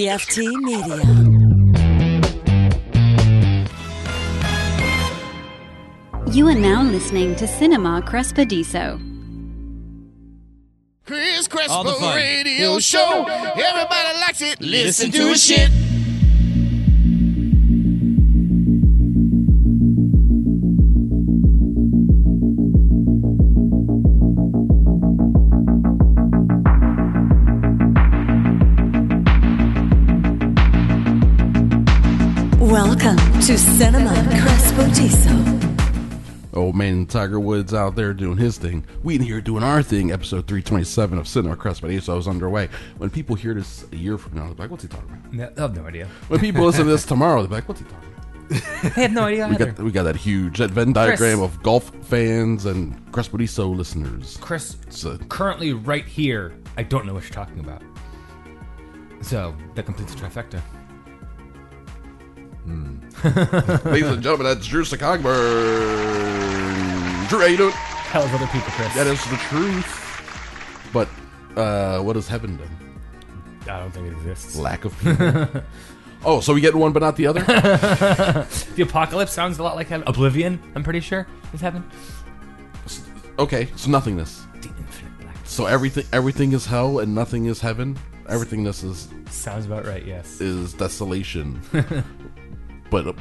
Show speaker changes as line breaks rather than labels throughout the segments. PFT Media.
You are now listening to Cinema Crespediso.
Chris
All the
Crespo
fun.
Radio Show. Everybody likes it. Listen, to it.
shit.
Welcome to Cinema Crespodiso.
Old man Tiger Woods out there doing his thing. We in here doing our thing. Episode 327 of Cinema Crespo Radio is underway. When people hear this a year from now, they're like, what's he talking about?
No, I have no idea.
When people listen to this tomorrow, they're like, what's he talking about?
I have no idea
We
either.
got, we got that huge that Venn diagram of golf fans and Crespediso listeners. uh,
Chris,
So-
currently right here, I don't know what you're talking about. So that completes the trifecta.
Ladies and gentlemen, that's Drew Cogburn. Drew, how you doing?
Hell of other people, Chris.
That is the truth. But uh, what has heaven done?
I don't think it exists.
lack of people. oh, so we get one but not the other?
The apocalypse sounds a lot like heaven. Oblivion, I'm pretty sure, is heaven.
okay, so nothingness.
The infinite black.
So everything everything is hell and nothing is heaven. Everythingness is
Sounds about right, yes.
is desolation. but uh,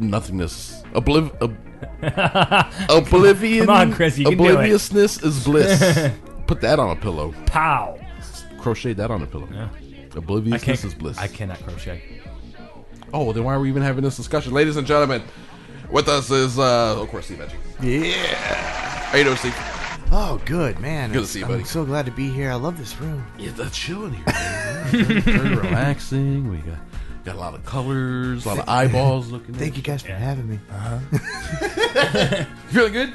nothingness obliv ob- oblivion
Come on, Chris, you can do it.
obliviousness is bliss. Put that on a pillow.
Pow!
Crochet that on a pillow. Obliviousness is bliss.
I cannot crochet.
Oh, then why are we even having this discussion? Ladies and gentlemen, with us is, uh, of course, Steve Edgy. Yeah. How you doing, Steve?
Oh, good man.
Good to see you,
I'm
buddy.
so glad to be here. I love this room.
Yeah, that's chilling here. man. Very- very relaxing. We got got a lot of colors, a lot of eyeballs looking.
Thank you guys for having me.
you. Feeling good?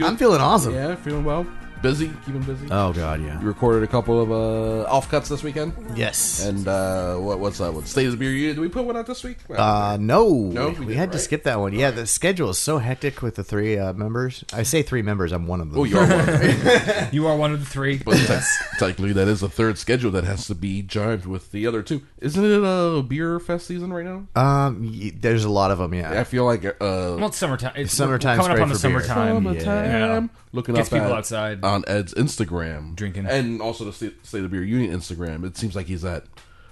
I'm feeling awesome.
Yeah, feeling well. Busy, keeping busy.
Oh God, yeah.
we recorded a couple of uh, offcuts this weekend,
Yes.
and uh, what, what's that one? State of the Beer Union. Did we put one out this week?
uh, no,
No, we
we,
didn't,
had to
right?
skip that one. Yeah, the schedule is so hectic with the three uh, members. I say three members. I'm one of them.
oh, you are one.
You are one of the three.
But te- technically, that is a third schedule that has to be jived with the other two. Isn't it a uh, beer fest season right now?
Um, y- there's a lot of them. Yeah.
I feel like uh,
Well, it's summertime. It's
Summertime's
coming up
great
on the
for beer.
summertime. Yeah.
Looking
Gets
up
people
at-
outside.
on Ed's Instagram,
Drinking.
and also the State State of Beer Union Instagram. It seems like he's at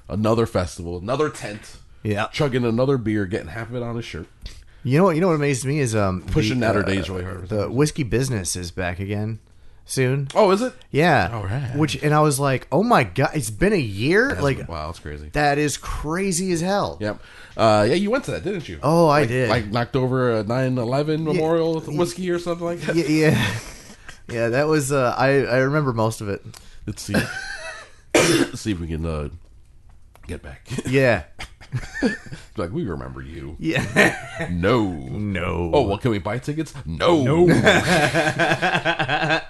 another festival, another tent,
Yeah.
chugging another beer, getting half of it on his shirt,
You know what? You know what amazed me is um
pushing
the,
out our
uh,
days really hard.
The whiskey business is back again soon.
oh, is it?
Yeah.
All right.
Which and I was like, oh my God, it's been a year. like
wow, that's crazy.
that is crazy as hell.
Yep. Uh, yeah, you went to that, didn't you?
Oh, I did.
Like knocked over a 9-11 memorial with whiskey or something like that.
yeah, yeah, yeah. That was uh, I. I remember most of it.
Let's see. see if we can uh, get back.
Yeah,
like we remember you.
yeah.
No.
No.
Oh, well, can we buy tickets? No. No.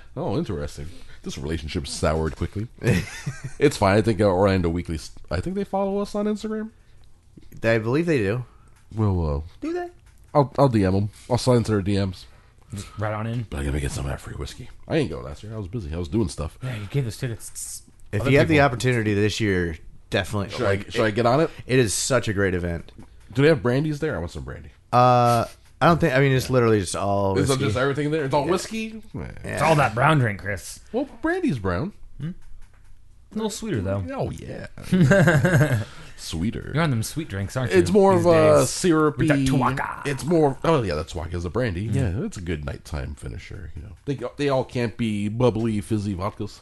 oh, interesting. This relationship soured quickly. it's fine. I think uh, Orlando Weekly. I think they follow us on Instagram.
I believe they do.
We'll. Uh,
Do they?
I'll, I'll DM them. I'll sign to their DMs.
Right on in.
But I gotta get some of that free whiskey. I didn't go last year. I was busy. I was doing stuff.
Yeah, you gave those tickets.
If
Other
you have the
people-
opportunity this year, definitely.
Should,
like,
I, should I get on it?
it is such a great event.
Do they have brandies there? I want some brandy.
Uh, I don't think. I mean, it's literally just all.
Is it
whiskey.
just everything there? It's all whiskey. Eh.
It's all that brown drink, Chris.
Well, brandy's brown.
A little sweeter though.
Oh yeah. Sweeter.
You're on them sweet drinks, aren't you?
It's more of
these
a
days?
syrupy.
With that tuaca. Mm.
It's more. Oh yeah, that's tuaca is a brandy. Yeah, it's a good nighttime finisher. You know, they they all can't be bubbly fizzy vodkas.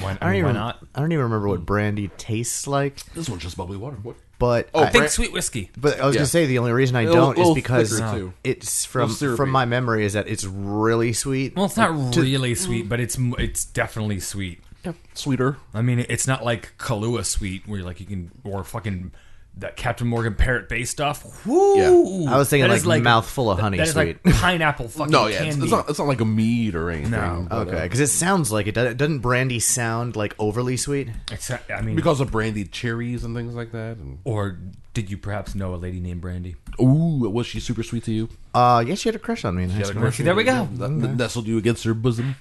Why,
I don't
why
even.
not?
I don't even remember what brandy tastes like,
This one's just bubbly water. What?
but
Oh,
I,
bran-
Think sweet whiskey.
but I was
yeah.
gonna say the only reason I
It'll-
don't
it'll
is because
thicker, too.
it's from
It'll syrupy.
from my memory is that it's really sweet.
Well, it's not really sweet, but it's m- it's definitely sweet.
Yeah, sweeter.
I mean, it's not like Kahlua sweet, where you're like you can or fucking that Captain Morgan parrot bay stuff. Woo!
I was thinking
That
like,
is
mouthful of honey
that is
sweet.
like pineapple fucking
No, yeah, it's,
candy.
it's not. It's not like a mead or anything.
No.
but, uh,
Okay, because it sounds like it doesn't. Doesn't brandy sound like overly sweet?
Except, I mean,
because of brandied cherries and things like that. And
or did you perhaps know a lady named Brandy?
ooh, was she super sweet to you?
Uh, yeah, she had a crush on me. In high
Had a
school.
crush
See, there
on
we
you?
go.
That- that Nestled you against her bosom.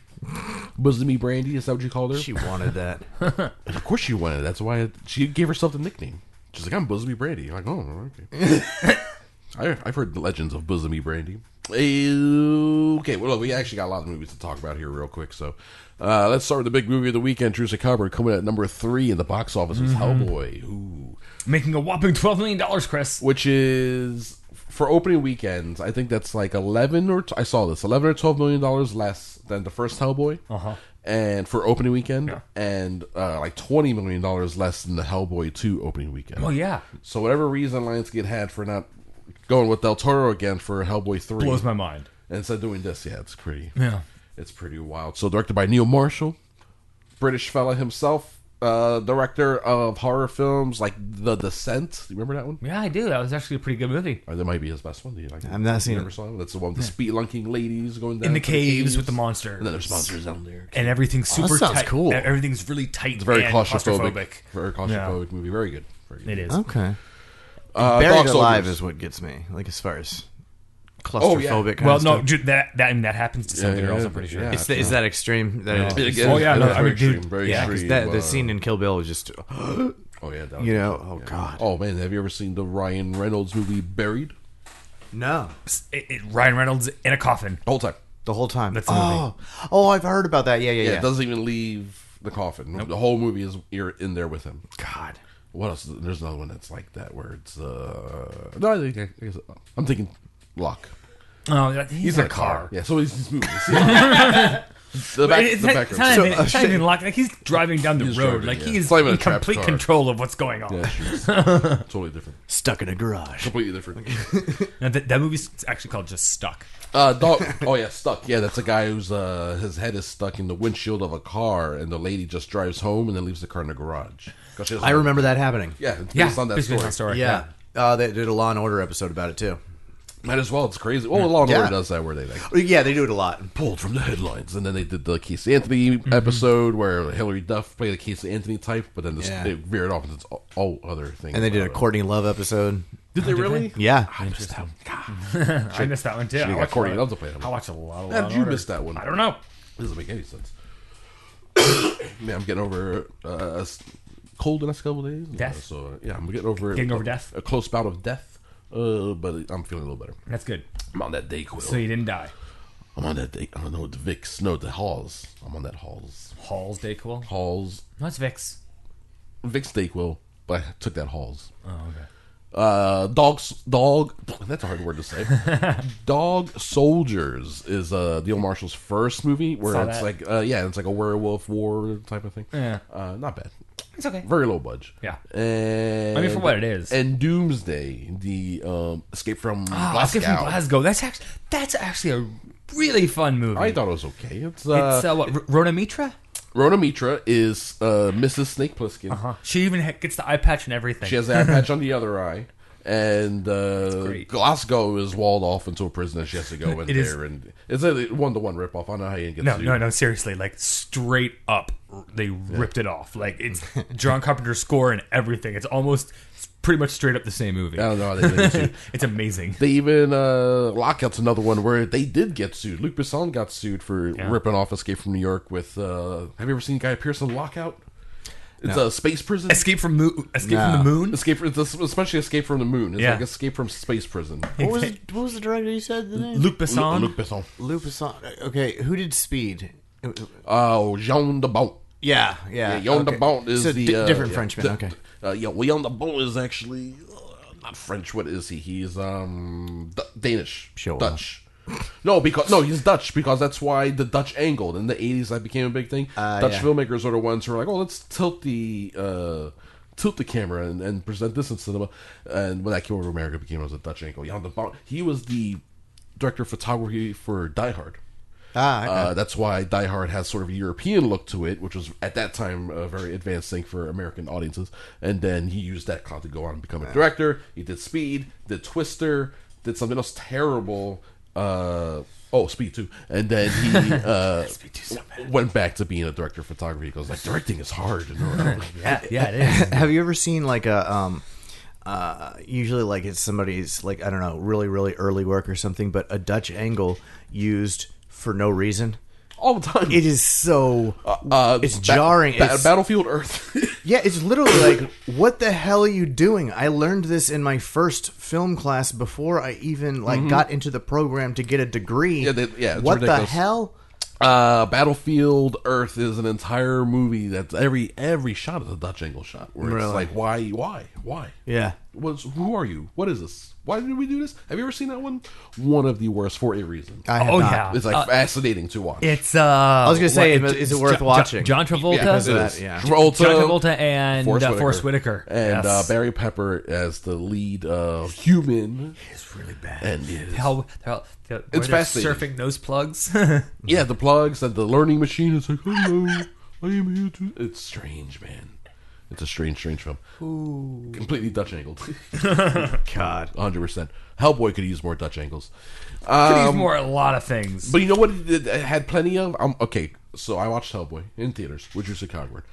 Bosomy brandy. Is that what you called her?
She wanted that.
of course she wanted. it. That's why it- she gave herself the nickname. She's like, I'm Bosomy Brandy. I'm like, oh, okay. I, I've heard the legends of Bosomy Brandy. Okay, well, we actually got a lot of movies to talk about here, real quick. So uh, let's start with the big movie of the weekend, Drew Cobber, coming at number three in the box office was Hellboy. Ooh.
Making a whopping twelve million dollars, Chris.
Which is, for opening weekends, I think that's like 11 or, t- I saw this, 11 or 12 million dollars less than the first Hellboy.
Uh-huh.
And for opening weekend,
Yeah.
and uh, like $20 million less than the Hellboy 2 opening weekend.
Oh yeah,
So whatever reason Lionsgate had for not going with Del Toro again for Hellboy three,
blows my mind.
and instead of doing this, yeah, it's pretty,
Yeah.
it's pretty wild. So directed by Neil Marshall, British fella himself, uh, director of horror films like The Descent. You remember that one?
Yeah, I do. That was actually a pretty good movie.
Or that might be his best one. Do you like? it?
I've not seen
You never
it.
saw it. That's the one with the speedlunking ladies going down
In the
to
caves with the monster.
And then there's monsters down there.
and everything's
Oh, that
super
sounds
tight.
cool.
E- Everything's really tight.
It's very
and
claustrophobic, Very claustrophobic movie. Very good. Very
Yeah,
good.
it is.
Okay.
Uh,
Buried
box
Alive
office.
is what gets me, like as far as
Oh, yeah.
claustrophobic. kind
Well,
of
no,
stuff.
ju- that that and that happens to some
Yeah, yeah,
girls.
yeah,
I'm pretty sure.
yeah.
It's-
it's, the, it's that extreme. That
Yeah.
it's,
Oh, yeah, no,
that's
I
very
mean, dude,
extreme, very
yeah, 'cause
extreme,
that the
uh,
scene in Kill Bill was just
Oh yeah, that
you
was-
know. Oh god.
Oh man, have you ever seen the Ryan Reynolds movie Buried?
No,
it, it, Ryan Reynolds in a coffin.
The whole time.
the whole time.
That's the
oh, oh, I've heard about that. Yeah, yeah,
Yeah,
yeah.
it doesn't even leave the coffin. The whole movie is you're in there with him.
God.
What else? There's another one that's like that where it's uh no, I think I guess, I'm thinking Locke.
Oh, that- he's, in a car.
Yeah, so he's these movies. the back,
It- It's
the
not,
background.
it's not
So-
even, it's not even locked. Like he's driving down the
He's
road.
driving,
like
yeah.
he is
It's not even a
in
trapped
complete
car.
control of what's going on.
yeah, she's totally different.
Stuck in a garage.
Completely different.
Now, that, that movie's actually called Just Stuck.
Uh, dog. Oh yeah, stuck. Yeah, that's a guy who's uh his head is stuck in the windshield of a car, and the lady just drives home and then leaves the car in the garage. 'Cause she doesn't-
I remember that happening.
Yeah, it's
Yeah,
based on that
basically
story.
on story.
Yeah. Uh, they did a Law and Order episode about it too.
Might as well. It's crazy. Well, Law and
Yeah.
Order does that where they like
Yeah, they do it a lot.
pulled from the headlines, and then they did the Casey Anthony episode where Hillary Duff played the Casey Anthony type, but then this,
Yeah.
it veered off into its all- all other things.
And they did a
about it.
Courtney Love episode.
Did they really?
Yeah.
I missed that. God,
I missed that one too. I
got
watched
Courtney
a
Love to
lot
play that
of-
one.
I watched a lot of.
How
Law
did
and
you
Order.
miss that one?
I don't know.
doesn't make any sense. Man, I'm getting over uh, s- cold the next couple days.
Death.
Uh, so uh, yeah, I'm getting over
Getting over death.
A close bout of death. Uh, but I'm feeling a little better.
That's good.
I'm on that day quill.
So you didn't die.
I'm on that day. I don't know the Vicks. No, the Halls. I'm on that Halls.
Hall's Dayquil.
Halls.
No, it's Vicks.
Vic's Dayquil, but I took that Halls.
Oh, okay.
Uh, dogs, dog. That's a hard word to say. dog soldiers is uh Neil Marshall's first movie where
Saw
it's
that.
like uh yeah it's like a werewolf war type of thing.
Yeah.
uh, not bad.
It's okay.
Very low budge.
Yeah.
and
I mean, for what it is.
And Doomsday, the um escape from
Oh,
Glasgow.
Escape from Glasgow. That's actually that's actually a really fun movie.
I thought it was okay. It's uh,
it's uh, what R- Rona Mitra.
Rona Mitra is uh Mrs. Snake Plissken.
She even ha- gets the eye patch and everything.
She has the eye patch on the other eye. And uh,
great.
Glasgow is walled off into a prison that she has to go in
It
there.
is-
and it's a one to one ripoff. I don't know how you get
no,
to
no, no. Seriously, like straight up, r- they ripped it off. Like it's John Carpenter's score and everything. It's almost it's pretty much straight up the same movie.
I don't know how they did it.
it's amazing.
They even uh, Lockout's another one where they did get sued. Luc Besson got sued for ripping off Escape from New York with. Uh, have you ever seen Guy Pearson Lockout? It's a space prison.
Escape from Mo- Escape
No.
from the Moon.
Escape, from- it's a- especially Escape from the Moon. It's
Yeah.
like Escape from space prison.
What was, the, what was the director you said the name?
Luc Besson.
Luc Besson.
Lupus. Okay, who did Speed?
Oh, Jean de Bon.
Yeah, yeah.
Yeah, Yon
okay.
de Bon is
So
the
di-
uh,
different
yeah,
Frenchman.
the-
okay.
Uh, yeah, well, Yon de Bon is actually uh, not French. What is he? He's um D- Danish,
Sure.
Dutch. No, because no, he's Dutch because that's why the Dutch angled in the eighties. That became a big thing.
Uh,
Dutch
yeah.
filmmakers are the ones who are like, oh, let's tilt the uh, tilt the camera and, and present this in cinema. And when that came over to America, it became as a Dutch angle. Jan de Bon, he was the director of photography for Die Hard.
Ah, okay.
Uh, that's why Die Hard has sort of a European look to it, which was at that time a very advanced thing for American audiences. And then he used that clout to go on and become a director. He did Speed, did Twister, did something else terrible. Uh, oh, Speed too. And then he uh, went back to being a director of photography because like directing is hard. And all that.
yeah, yeah, it is.
Have you ever seen like a um uh usually like it's somebody's like I don't know, really really early work or something, but a Dutch angle used for no reason?
all the time.
It is so.
uh,
it's jarring.
Ba-
It's-
Battlefield Earth.
Yeah, it's literally like, what the hell are you doing? I learned this in my first film class before I even like got into the program to get a degree.
Mm-hmm. Yeah, they- yeah, it's
what
ridiculous.
the hell?
uh, Battlefield Earth is an entire movie that's every every shot is a Dutch angle shot. Where it's
Really?
like, why, why, why?
Yeah.
What's, who are you? What is this? Why did we do this? Have you ever seen that one? One of the worst for a reason.
I have
Oh,
not.
yeah.
it's like fascinating to watch.
It's uh. I
was gonna say, is- is it worth watching?
John Travolta.
because of
it
that,
is.
yeah.
Travolta,
John Travolta and Forrest Whitaker. Forrest Whitaker.
and uh,
Yes.
Barry Pepper as the lead uh, human.
It's really bad.
And it is-
How, how, how
It's
where they're
fascinating.
surfing nose plugs.
yeah, the plugs and the learning machine. It's like hello, I am here to. It's strange, man. It's a strange, strange film. Completely Dutch angled,
God.
hundred percent. Hellboy could use more Dutch angles.
Could
Um,
use more a lot of things.
But you know what it, did- it had plenty of? I'm okay, so I watched Hellboy in theaters with Drew Cogburn.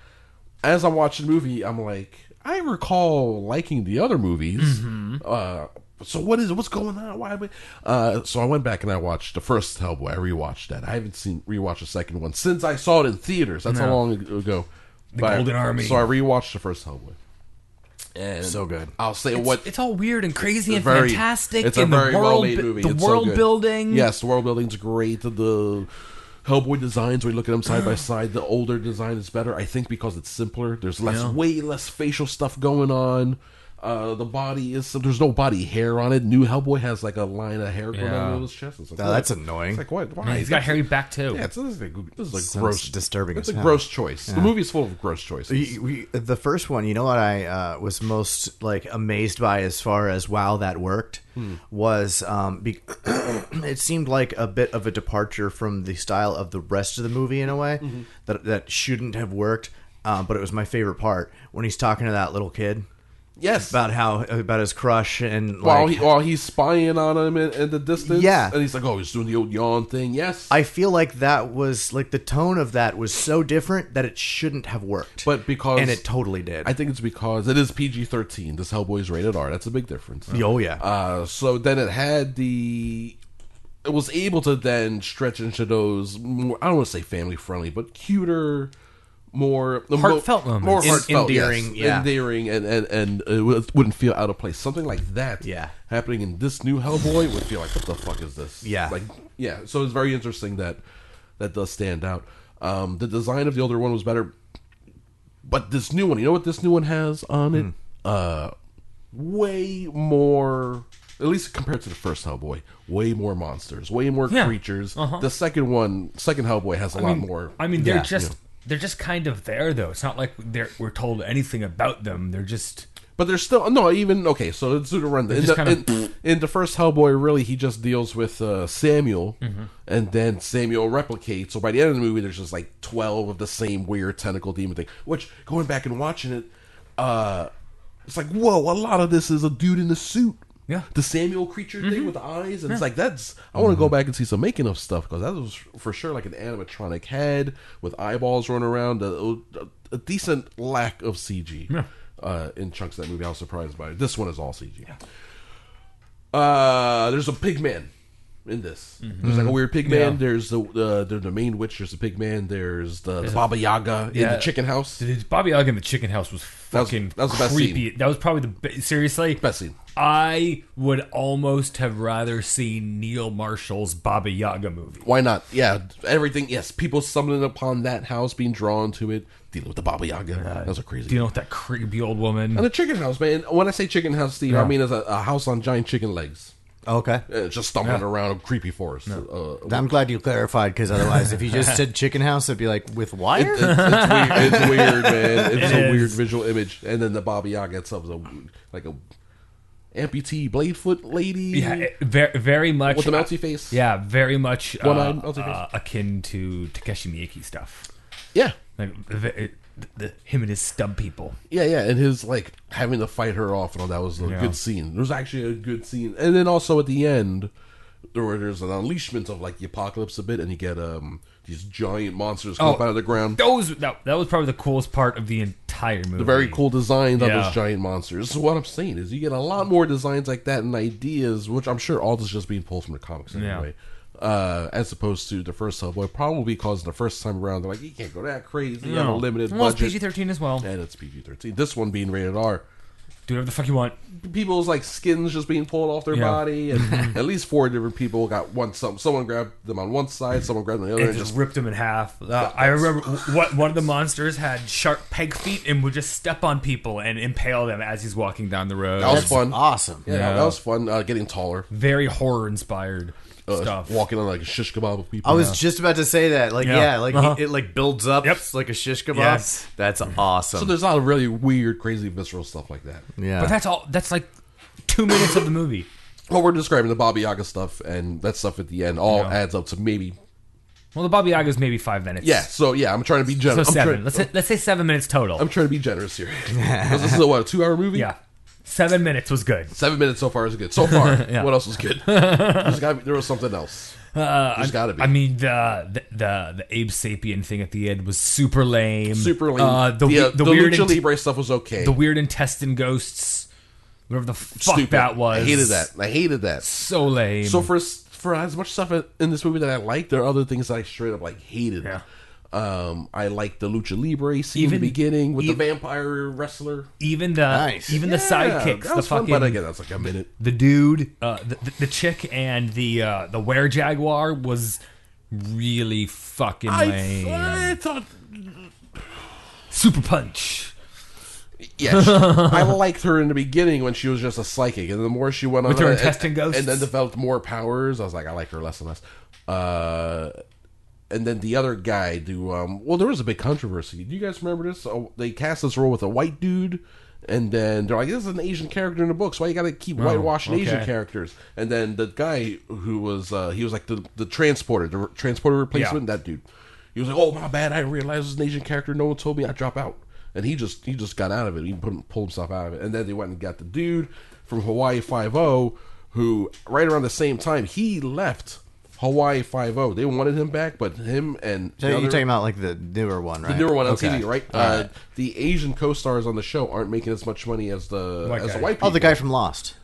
As I'm watching the movie, I'm like, I recall liking the other movies.
Mm-hmm.
Uh, so what is what's going on? Why? am I- Uh, so I went back and I watched the first Hellboy. I rewatched that. I haven't seen rewatched the second one since I saw it in theaters. That's how long ago. The
Golden Army.
So I rewatched the first Hellboy. And
So good.
I'll say what
it's all weird and crazy and
it's very-
fantastic.
It's
and
a very
the
well
world,
made
bu-
movie.
The
It's so
world
good.
building.
Yes, the world building's great. The Hellboy designs, when you look at them side by side, the older design is better. I think because it's simpler. There's less, way less facial stuff going on. Uh, the body is so there's no body hair on it. New Hellboy has like a line of hair going on
Yeah.
down his chest. It's like,
Now,
what?
that's annoying.
It's like what? Why?
he's got hairy back too.
Yeah, it's, this is like, this is like
Sounds
gross,
disturbing
It's
as
a
hell.
gross choice. The movie's full of gross choices.
We- we- the first one, you know what I uh, was most like amazed by as far as wow that worked
Hmm.
was um, be- it seemed like a bit of a departure from the style of the rest of the movie in a way
Mm-hmm.
that that shouldn't have worked, um, but it was my favorite part when he's talking to that little kid
Yes,
about how about his crush and like
while he, while he's spying on him in, in the distance.
Yeah.
and he's like, oh, he's doing the old yawn thing. Yes,
I feel like that was like the tone of that was so different that it shouldn't have worked,
But because-
and it totally did.
I think it's because it is PG thirteen. This Hellboy's rated R. That's a big difference.
oh yeah,
Uh, so then it had the. It was able to then stretch into those. More, I don't want to say family friendly, but cuter, more the mo-
Heartfelt moments.
more
En-
heartfelt,
endearing,
endearing,
yeah.
endearing, and and and it w- wouldn't feel out of place. Something like that,
Yeah.
happening in this new Hellboy would feel like, what the fuck is this?
Yeah.
like yeah. So it's very interesting that that does stand out. Um, the design of the older one was better. But this new one, you know what this new one has on
Hmm.
it? Uh, way more, at least compared to the first Hellboy, way more monsters, way more
Yeah. Uh-huh.
creatures. The second one, second Hellboy has a lot more.
I mean, they're
Yeah.
just they're just kind of there though. It's not like they're we're told anything about them. They're just
but there's still no even okay. So let's do the run. In the,
just kind
in, in the first Hellboy, really, he just deals with uh, Samuel,
Mm-hmm.
and then Samuel replicates. So by the end of the movie, there's just like twelve of the same weird tentacle demon thing. Which going back and watching it, uh, it's like whoa, a lot of this is a dude in a suit.
Yeah. Mm-hmm.
the Samuel creature thing with the eyes, and it's like that's. I want to go back and see some making of stuff because that was for sure like an animatronic head with eyeballs running around. A, a decent lack of CG uh, in chunks of that movie. I was surprised by it. This one is all CG. Uh, there's a pig man in this. There's like a weird pig
Mm-hmm.
man.
Yeah.
There's the uh, there's the main witch. There's the pig man. there's the, the Baba Yaga in
yeah.
the chicken house.
Dude, Bobby Ugg in the chicken house was
was-
fucking
that was the best
creepy. That was probably the be- seriously
Best scene.
I would almost have rather seen Neil Marshall's Baba Yaga movie.
Why not? Yeah, everything. Yes, people stumbling upon that house, being drawn to it, dealing with the Baba Yaga. Those are crazy.
Dealing with that creepy old woman.
and the chicken house, man. When I say chicken house, Steve, I mean it's a, a house on giant chicken legs,
okay.
uh, just stumbling around a creepy forest. Uh,
I'm glad you clarified because otherwise, if you just said chicken house, it'd be like with wire.
It- it's, it's weird. It's weird, man. It's
It
a weird
is.
visual image. And then the Baba Yaga itself is a, like a amputee blade foot lady.
yeah, it- ver- very much
mm-hmm.
uh,
With the mousy face?
Yeah, very much uh,
One-eyed mousy face?
uh, akin to Takeshi Miike stuff.
yeah,
Like the, the, the, him and his stub people.
yeah, yeah. And his like having to fight her off and all that was a
Yeah.
good scene. There was actually a good scene. And then also at the end, there were, there's an unleashment of like the apocalypse a bit, and you get um these giant monsters come
Oh.
up out of the ground.
Those that, that was probably the coolest part of the entire movie.
The very cool designs on
Yeah.
those giant monsters. So what I'm saying is, you get a lot more designs like that and ideas, which I'm sure all this is just being pulled from the comics
Yeah.
anyway. uh, as opposed to the first Hellboy, probably because the first time around they're like, you can't go that crazy. You have a limited
well, it's
budget.
PG thirteen as well.
and it's PG thirteen. This one being rated R,
Do whatever the fuck you want.
people's like skins just being pulled off their
Yeah.
body, and at least four different people got one. Some someone grabbed them on one side, someone grabbed them on the other,
And
and
just
just
ripped him in half. Uh, I remember what one of the monsters had sharp peg feet and would just step on people and impale them as he's walking down the road.
that was
That's
fun.
awesome.
Yeah, that was fun. Uh, getting taller,
Very horror inspired
uh,
stuff.
walking on like a shish kebab of people.
I was just about to say that. Like,
Yeah.
yeah, like
Uh-huh.
it, like builds up.
Yep.
It's like a shish kebab.
Yes. Mm-hmm.
That's awesome.
so there's a lot of really weird, crazy, visceral stuff like that.
yeah.
But that's all. That's like two minutes of the movie.
Well, we're describing the Baba Yaga stuff and that stuff at the end all adds up to maybe
Well, the Baba Yaga's maybe five minutes.
yeah. So yeah, I'm trying to be
So
generous. I'm,
seven.
trying-
let's say, let's say seven minutes total.
I'm trying to be generous here. 'Cause this is a what a two hour movie.
yeah, seven minutes was good.
Seven minutes so far is good. So far, what else was good? There's gotta be, there was something else. There's got to be.
Uh, I mean the the the, the Abe Sapien thing at the end was super lame.
Super lame.
Uh, the
the,
we-
uh,
the
the
weird
Lucha
int-
Libre stuff was okay.
the weird intestine ghosts. Whatever the fuck
Stupid.
that was.
I hated that. I hated that.
So lame.
So for s- for as much stuff in this movie that I liked, there are other things that I straight up like hated.
Yeah.
Um, I liked the Lucha Libre scene in
Even-
the beginning with
ev-
the vampire wrestler.
even the
Nice.
even the sidekicks,
that
the
was
fucking
fun, but again, that's like a minute.
the dude, uh, the, the, the chick, and the uh, the were jaguar was really fucking
I,
lame.
I thought,
Super punch.
yeah, she- I liked her in the beginning when she was just a psychic, and the more she went
With
on
her
and-
intestine
and,
ghosts?
and then developed more powers, I was like, I like her less and less. Uh, and then the other guy, do um, well, there was a big controversy. Do you guys remember this? Oh, they cast this role with a white dude. And then they're like, "This is an Asian character in the books. Why you gotta keep whitewashing Asian
Oh, okay.
characters?" And then the guy who was uh, he was like the the transporter, the re- transporter replacement. That dude, he was like, "Oh my bad, I realized it was an Asian character. No one told me I drop out." And he just he just got out of it. He put, pulled himself out of it. And then they went and got the dude from Hawaii Five O, who right around the same time he left Hawaii Five O. They wanted him back, but him and
So
the
you're
other-
talking about like the newer one, right?
the newer one on
Okay.
TV, right? Uh, The Asian co-stars on the show aren't making as much money as the
White
as the
guy.
white
Oh,
people.
the guy from Lost.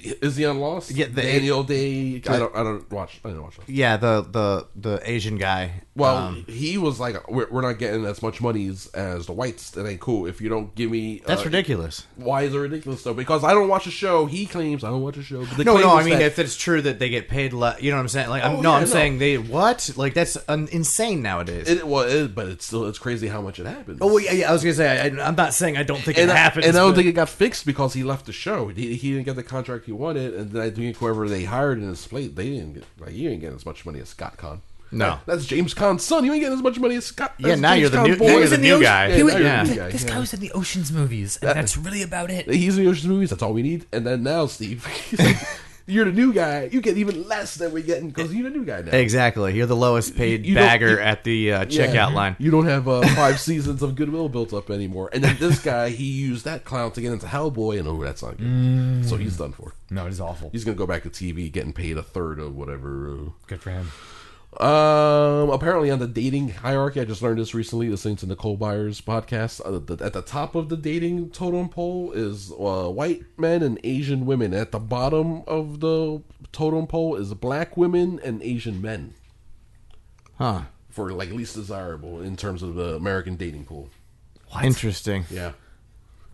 Is he on Lost?
Yeah, the-
Daniel Day. I don't. I don't watch. I don't watch. Lost.
Yeah, the the the Asian guy. Um,
Well, he was like, we're, "We're not getting as much money as, as the whites." That ain't cool. If you don't give me,
that's
uh,
ridiculous.
Why is it ridiculous though? Because I don't watch a show. He claims I don't watch a show. But the
No,
claim
no, I
is
mean
that-
if it's true that they get paid less, you know what I'm saying? Like, I'm,
Oh,
no,
yeah,
I'm
no.
saying they what? Like that's un- insane nowadays.
it, well, it, but it's still it's crazy how much it happens.
oh, well, yeah, yeah, I was gonna say I, I'm not saying I don't think
and
it
I,
happens,
And I don't
but-
think it got fixed because he left the show. He, he didn't get the contract he wanted, and then I think whoever they hired in his plate, they didn't get like you didn't get as much money as Scott Conn.
No.
That- that's James Conn's son. You ain't getting as much money as Scott.
Yeah,
that's
now
James
you're the
Conn's
new-
boy.
now
He
you're
was
the
in
new guy.
Yeah,
He
now
was-
you're
yeah.
the new guy.
This
yeah.
guy was in the Ocean's movies, and that's really about it.
He's in the Ocean's movies. That's all we need. And then now, Steve, he's like, you're the new guy. You get even less than we're getting because you're the new guy now.
Exactly. You're the lowest paid
You- you don't-
bagger
you-
at the
Yeah.
uh, checkout line.
You don't have uh, five seasons of goodwill built up anymore. And then this guy, he used that clown to get into Hellboy, and oh, that's not good. So he's done for.
No, it is awful.
He's gonna go back to TV, getting paid a third of whatever.
Good for him.
Um, apparently on the dating hierarchy, I just learned this recently. This thing to Nicole Byers podcast. Uh, the, at the top of the dating totem pole is uh, white men and Asian women. At the bottom of the totem pole is black women and Asian men
Huh.
for like least desirable in terms of the American dating pool.
Interesting.
Yeah.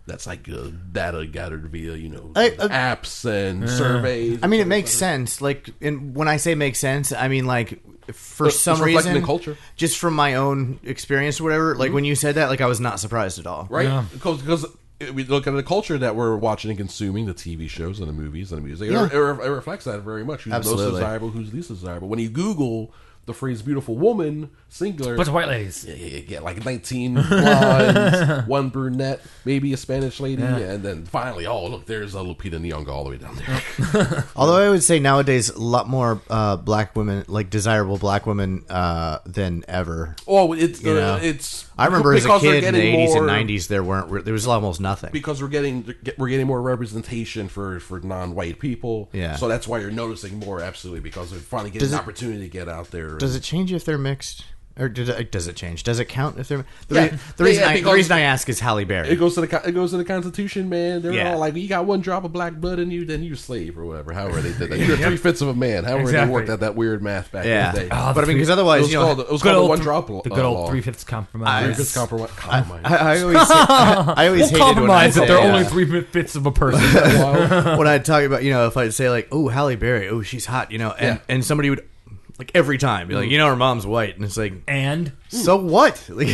That's like uh, data gathered via, you know,
I- I-
apps and surveys.
I mean, it makes sense. Like, and when I say makes sense, I mean like for
It's
some
reflecting
reason,
the culture.
just from my own experience or whatever.
Mm-hmm.
Like when you said that, like I was not surprised at all.
right? Because because we look at the culture that we're watching and consuming, the TV shows and the movies and the music.
Yeah.
It, it, it reflects that very much. Who's
Absolutely.
most desirable? Who's least desirable? When you Google the phrase "beautiful woman" singular,
Bunch of white ladies.
yeah, yeah, yeah, like nineteen blondes, one brunette, maybe a Spanish lady, and then finally, oh look, there's a Lupita Nyong'o all the way down there.
Although I would say nowadays a lot more uh, black women, like desirable black women, uh, than ever.
oh, it's
You know.
uh, it's.
I remember as a
because they're
kid in the
getting
eighties and
more-
nineties, there weren't there was almost nothing.
because we're getting we're getting more representation for for non-white people.
Yeah.
So that's why you're noticing more, absolutely, because they're finally getting
Does
an
it-
opportunity to get out there.
Does it change if they're mixed? Or did it, does it change? Does it count if they're the,
Yeah.
rea- the
Yeah,
reason?
yeah,
I, the
because-
reason I ask is Halle Berry.
It goes to the co- it goes to the Constitution, man. They're
Yeah.
all like, you got one drop of black blood in you, then you're a slave or whatever. However they did that, you're three fifths of a man. However they
Exactly.
worked out that weird math back
yeah, Ah,
in the day.
but I mean, because
it
otherwise,
was
you know,
called it was called the one drop uh,
The
law.
good old three fifths compromise.
Three-fifths compromise.
I,
compromise.
I always, I always
We'll
hated when I
compromise
say,
if they're
uh,
only three fifths of a person.
when I talk about, you know, if I'd say like, "Oh, Halle Berry, oh, she's hot," you know, and
Yeah. Mm-hmm.
and somebody would like every time be like, "You know, her mom's white," and it's like,
and
so what? Like,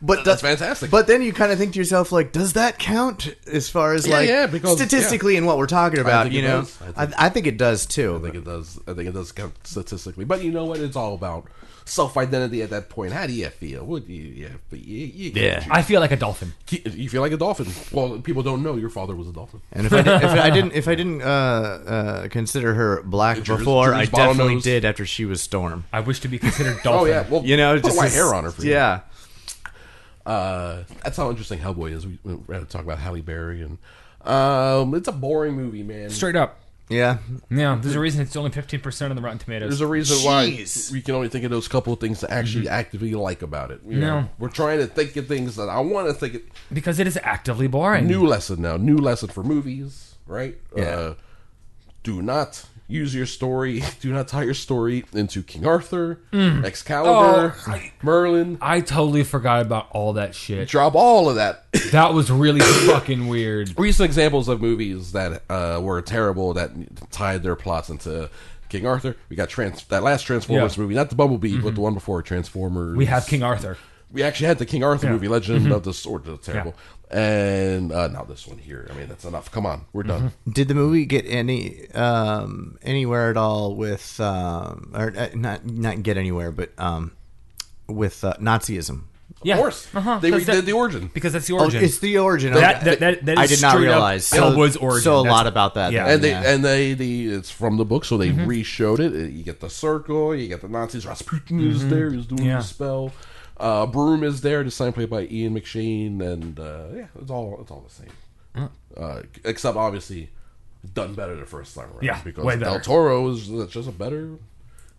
but
Hmm. That's
the-
fantastic.
But then you kind of think to yourself, like, does that count as far as
Yeah,
like
yeah, because-
statistically and what we're talking about?
think
you
it
know,
does. I
I,
think-
I think it does too.
I think it does. I think it does count statistically, but you know what? It's all about self-identity at that point. How do you feel? What do you? Yeah, but you, you,
Yeah.
I feel like a dolphin.
you, you feel like a dolphin. Well, people don't know your father was a dolphin.
and if I, did, if I didn't, if I didn't uh, uh, consider her black
Drew's-
before,
Drew's
I definitely
bottlenose.
did after she was Storm.
I wish to be considered
Oh
dolphin.
yeah, well
You know,
put
just
white
as-
hair on her for you.
Yeah,
Uh, that's how interesting Hellboy is. We we we're gonna talk about Halle Berry and um, it's a boring movie, man.
Straight up.
yeah.
Yeah, there's a reason it's only 15% on the Rotten Tomatoes.
There's a reason
Jeez.
why we can only think of those couple of things to actually
Mm-hmm.
actively like about it. you
No.
know? we're trying to think of things that I want to think. Of.
because it is actively boring.
New lesson now. New lesson for movies, right?
Yeah.
Uh, do not use your story. Do not tie your story into King Arthur, Excalibur,
Mm. Oh, I-
Merlin.
I totally forgot about all that shit.
Drop all of that.
That was really fucking weird.
recent examples of movies that uh, were terrible that tied their plots into King Arthur. We got trans- that last Transformers
Yeah. Mm-hmm.
movie, not the Bumblebee, but the one before Transformers.
We have King Mm-hmm. Arthur.
We actually had the King Arthur movie, Legend of the Sword. That's terrible. And uh, now this one here. I mean, that's enough. Come on, we're
Mm-hmm.
done.
Did the movie get any um, anywhere at all with um, or uh, not not get anywhere, but um, with uh, Nazism?
Yeah.
Of course, they
that's
redid
that-
the origin.
Because that's the
Oh,
origin.
it's the origin.
That-
okay.
that- that- that
I
is
did not
straight up
realize so,
Elwood's origin.
So a lot
That's-
about that.
yeah.
then,
and they
yeah.
and they the it's from the book, so they
Mm-hmm.
reshowed it. Uh, You get the circle, you get the Nazis. Rasputin is there, he's doing
Mm-hmm. Yeah.
the spell. Uh, Broom is there, design played by Ian McShane, and uh, yeah, it's all it's all the same,
Mm.
uh, except obviously done better the first time around.
Yeah,
because
way
Del
better.
Toro is just a better.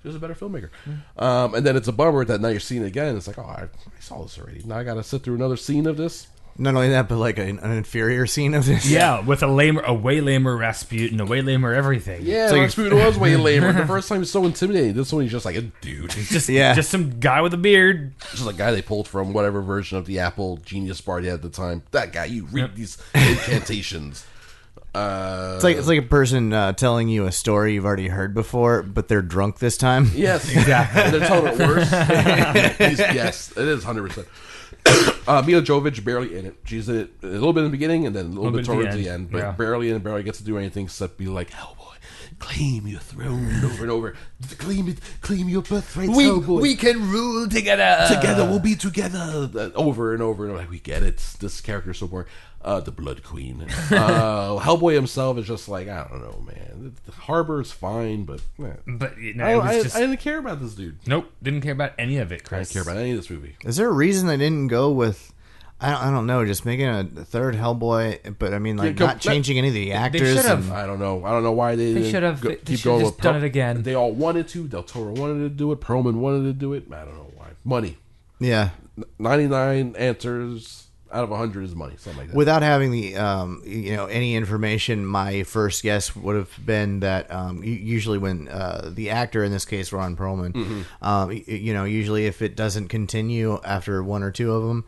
Just a better filmmaker,
Mm.
um, and then it's a bummer that now you're seeing it again. It's like, oh, I, I saw this already. Now I got to sit through another scene of this.
Not only that, but like an, an inferior scene of this.
yeah, with a lamer, a way lamer Rasputin, a way lamer everything.
Yeah,
So
so
you're-
Rasputin was way lamer. The first time was so intimidating. This one he's just like a dude.
Just,
Yeah.
just some guy with a beard.
This is a guy they pulled from whatever version of the Apple Genius Bar they had at the time. That guy, you read these incantations. Uh,
It's like it's like a person uh, telling you a story you've already heard before, but they're drunk this time.
yes, exactly. They're telling it worse. He's- yes, it is hundred percent. Uh, Mila Jovovich barely in it. She's in it a little bit in the beginning and then a little, bit,
at the
towards the end,
end,
but
yeah.
barely in. Barely gets to do anything except be like Hellboy, claim your throne over and over. Claim it, claim your birthright. Hellboy.
can rule together.
together we'll be together uh, over and over and over. like we get it this character's so boring uh the blood queen uh hellboy himself is just like i don't know man the harbor is fine but eh.
But you know,
I,
it
don't-
was
I,
just
I didn't care about this dude
nope. Didn't care about any of it,
i
Chris.
didn't care about any of this movie
Is there a reason they didn't go with? I don't, I don't know. Just making a third Hellboy, but I mean, like
Yeah, go-
not changing any of the actors.
should've.
and-
i don't know i don't know why they, didn't
should have-
go-
they should have just done it again.
they all wanted to del toro wanted to do it perlman wanted to do it i don't know why money
yeah,
99 answers out of 100 is money something like that
without having the um, you know any information, my first guess would have been that um, u- usually when uh, the actor in this case Ron Perlman, um, y- you know, usually if it doesn't continue after one or two of them,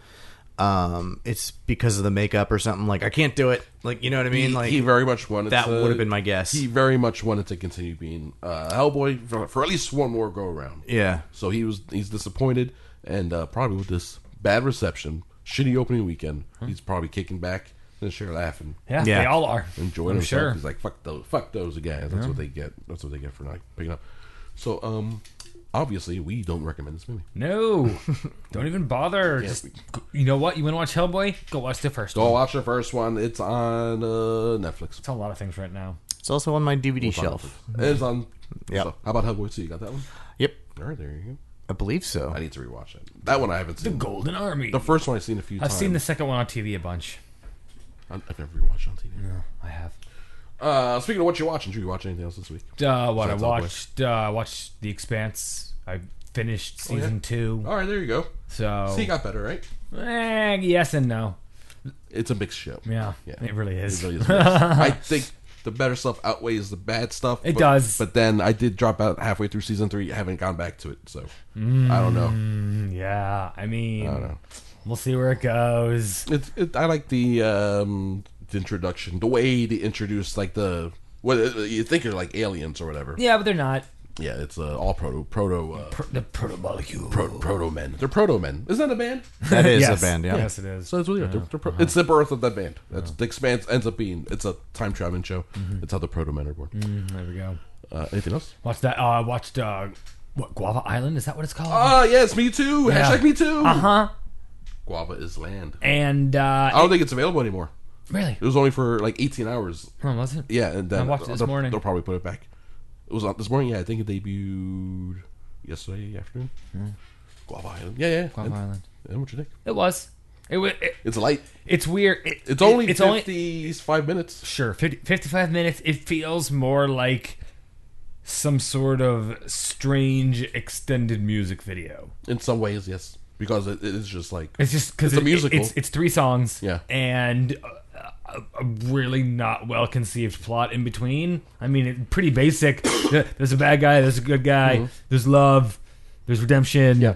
um, it's because of the makeup or something. Like I can't do it. Like you know what I mean?
he,
like
he very much wanted
that
to-
would've been my guess.
He very much wanted to continue being uh, Hellboy for, for at least one more go around.
yeah.
So he was he's disappointed, and uh, probably with this bad reception, shitty opening weekend, he's probably kicking back and sure laughing,
Yeah,
Yeah.
they all are.
enjoying
I'm
himself.
sure.
He's like fuck those fuck those guys. That's what they get. That's what they get for not picking up. So um, obviously we don't recommend this movie.
No, don't even bother. Just you know what? You want to watch Hellboy? Go watch the first.
Go
one.
watch the first one. It's on uh, Netflix.
It's a lot of things right now.
It's also on my DVD shelf.
It's on.
Yep.
So, how about Hellboy 2? You got that one?
Yep,
All right, there you go.
I believe so.
I need to rewatch it. That one I haven't seen.
Golden Army.
The first one I've seen a few
I've
times.
seen the second one on TV a bunch.
I- I've never rewatched it on TV.
I have.
Uh, speaking of what you're watching, did you watch anything else this week?
Uh, what I
Besides Hellboy.
watched, uh, I watched The Expanse. I
finished season two.
All right, there you go.
So
Oh. So he got better, right?
eh, yes and no.
It's a mixed show.
Yeah, it really is.
It really is mixed. I think the better stuff outweighs the bad stuff.
It
but-
does.
But then I did drop out halfway through season three. Haven't gone back to it, so
Mm.
I don't know.
Yeah, I mean,
know.
we'll see where it goes.
It, it, I like the um, the introduction, the way they introduce like the what you think you're like aliens or whatever.
Yeah, but they're not
Yeah, it's uh, all proto proto uh,
pr- the proto molecule.
pro- proto men. They're proto men. Isn't that a band?
That is
yes,
a band, yeah.
Yes, it is.
So that's what they are. They're- they're pro- It's the birth of that band. That's the expanse ends up being. It's a time traveling show.
Mm-hmm.
It's how the proto men are born.
there we go.
Uh, anything else?
Watch that. Uh, I watched uh, what Guava Island is that what it's called?
Ah, yes, me too.
Yeah.
Hashtag me too.
Uh huh.
Guava is land.
And uh,
I don't think it's available anymore.
really,
It was only for like 18 hours.
Huh, was it?
Yeah, and then
I watched it this
they'll-
morning.
They'll probably put it back. It was on this morning. Yeah, I think it debuted yesterday afternoon. Guava Island. Yeah, yeah.
Guava
and,
Island.
And what you think?
It was. It was. It,
It's light.
it's weird. It-
It's
it-
only
It's only
55 minutes.
sure 50, 55 minutes. It feels more like some sort of strange extended music video.
In some ways, yes, because it, it is just like
It's just because
It's a musical.
It's, it's three songs.
Yeah.
and uh, a, a really not well conceived plot in between. I mean, it, pretty basic. There- there's a bad guy. There's a good guy. There's love. There's redemption.
Mm-hmm. Yeah.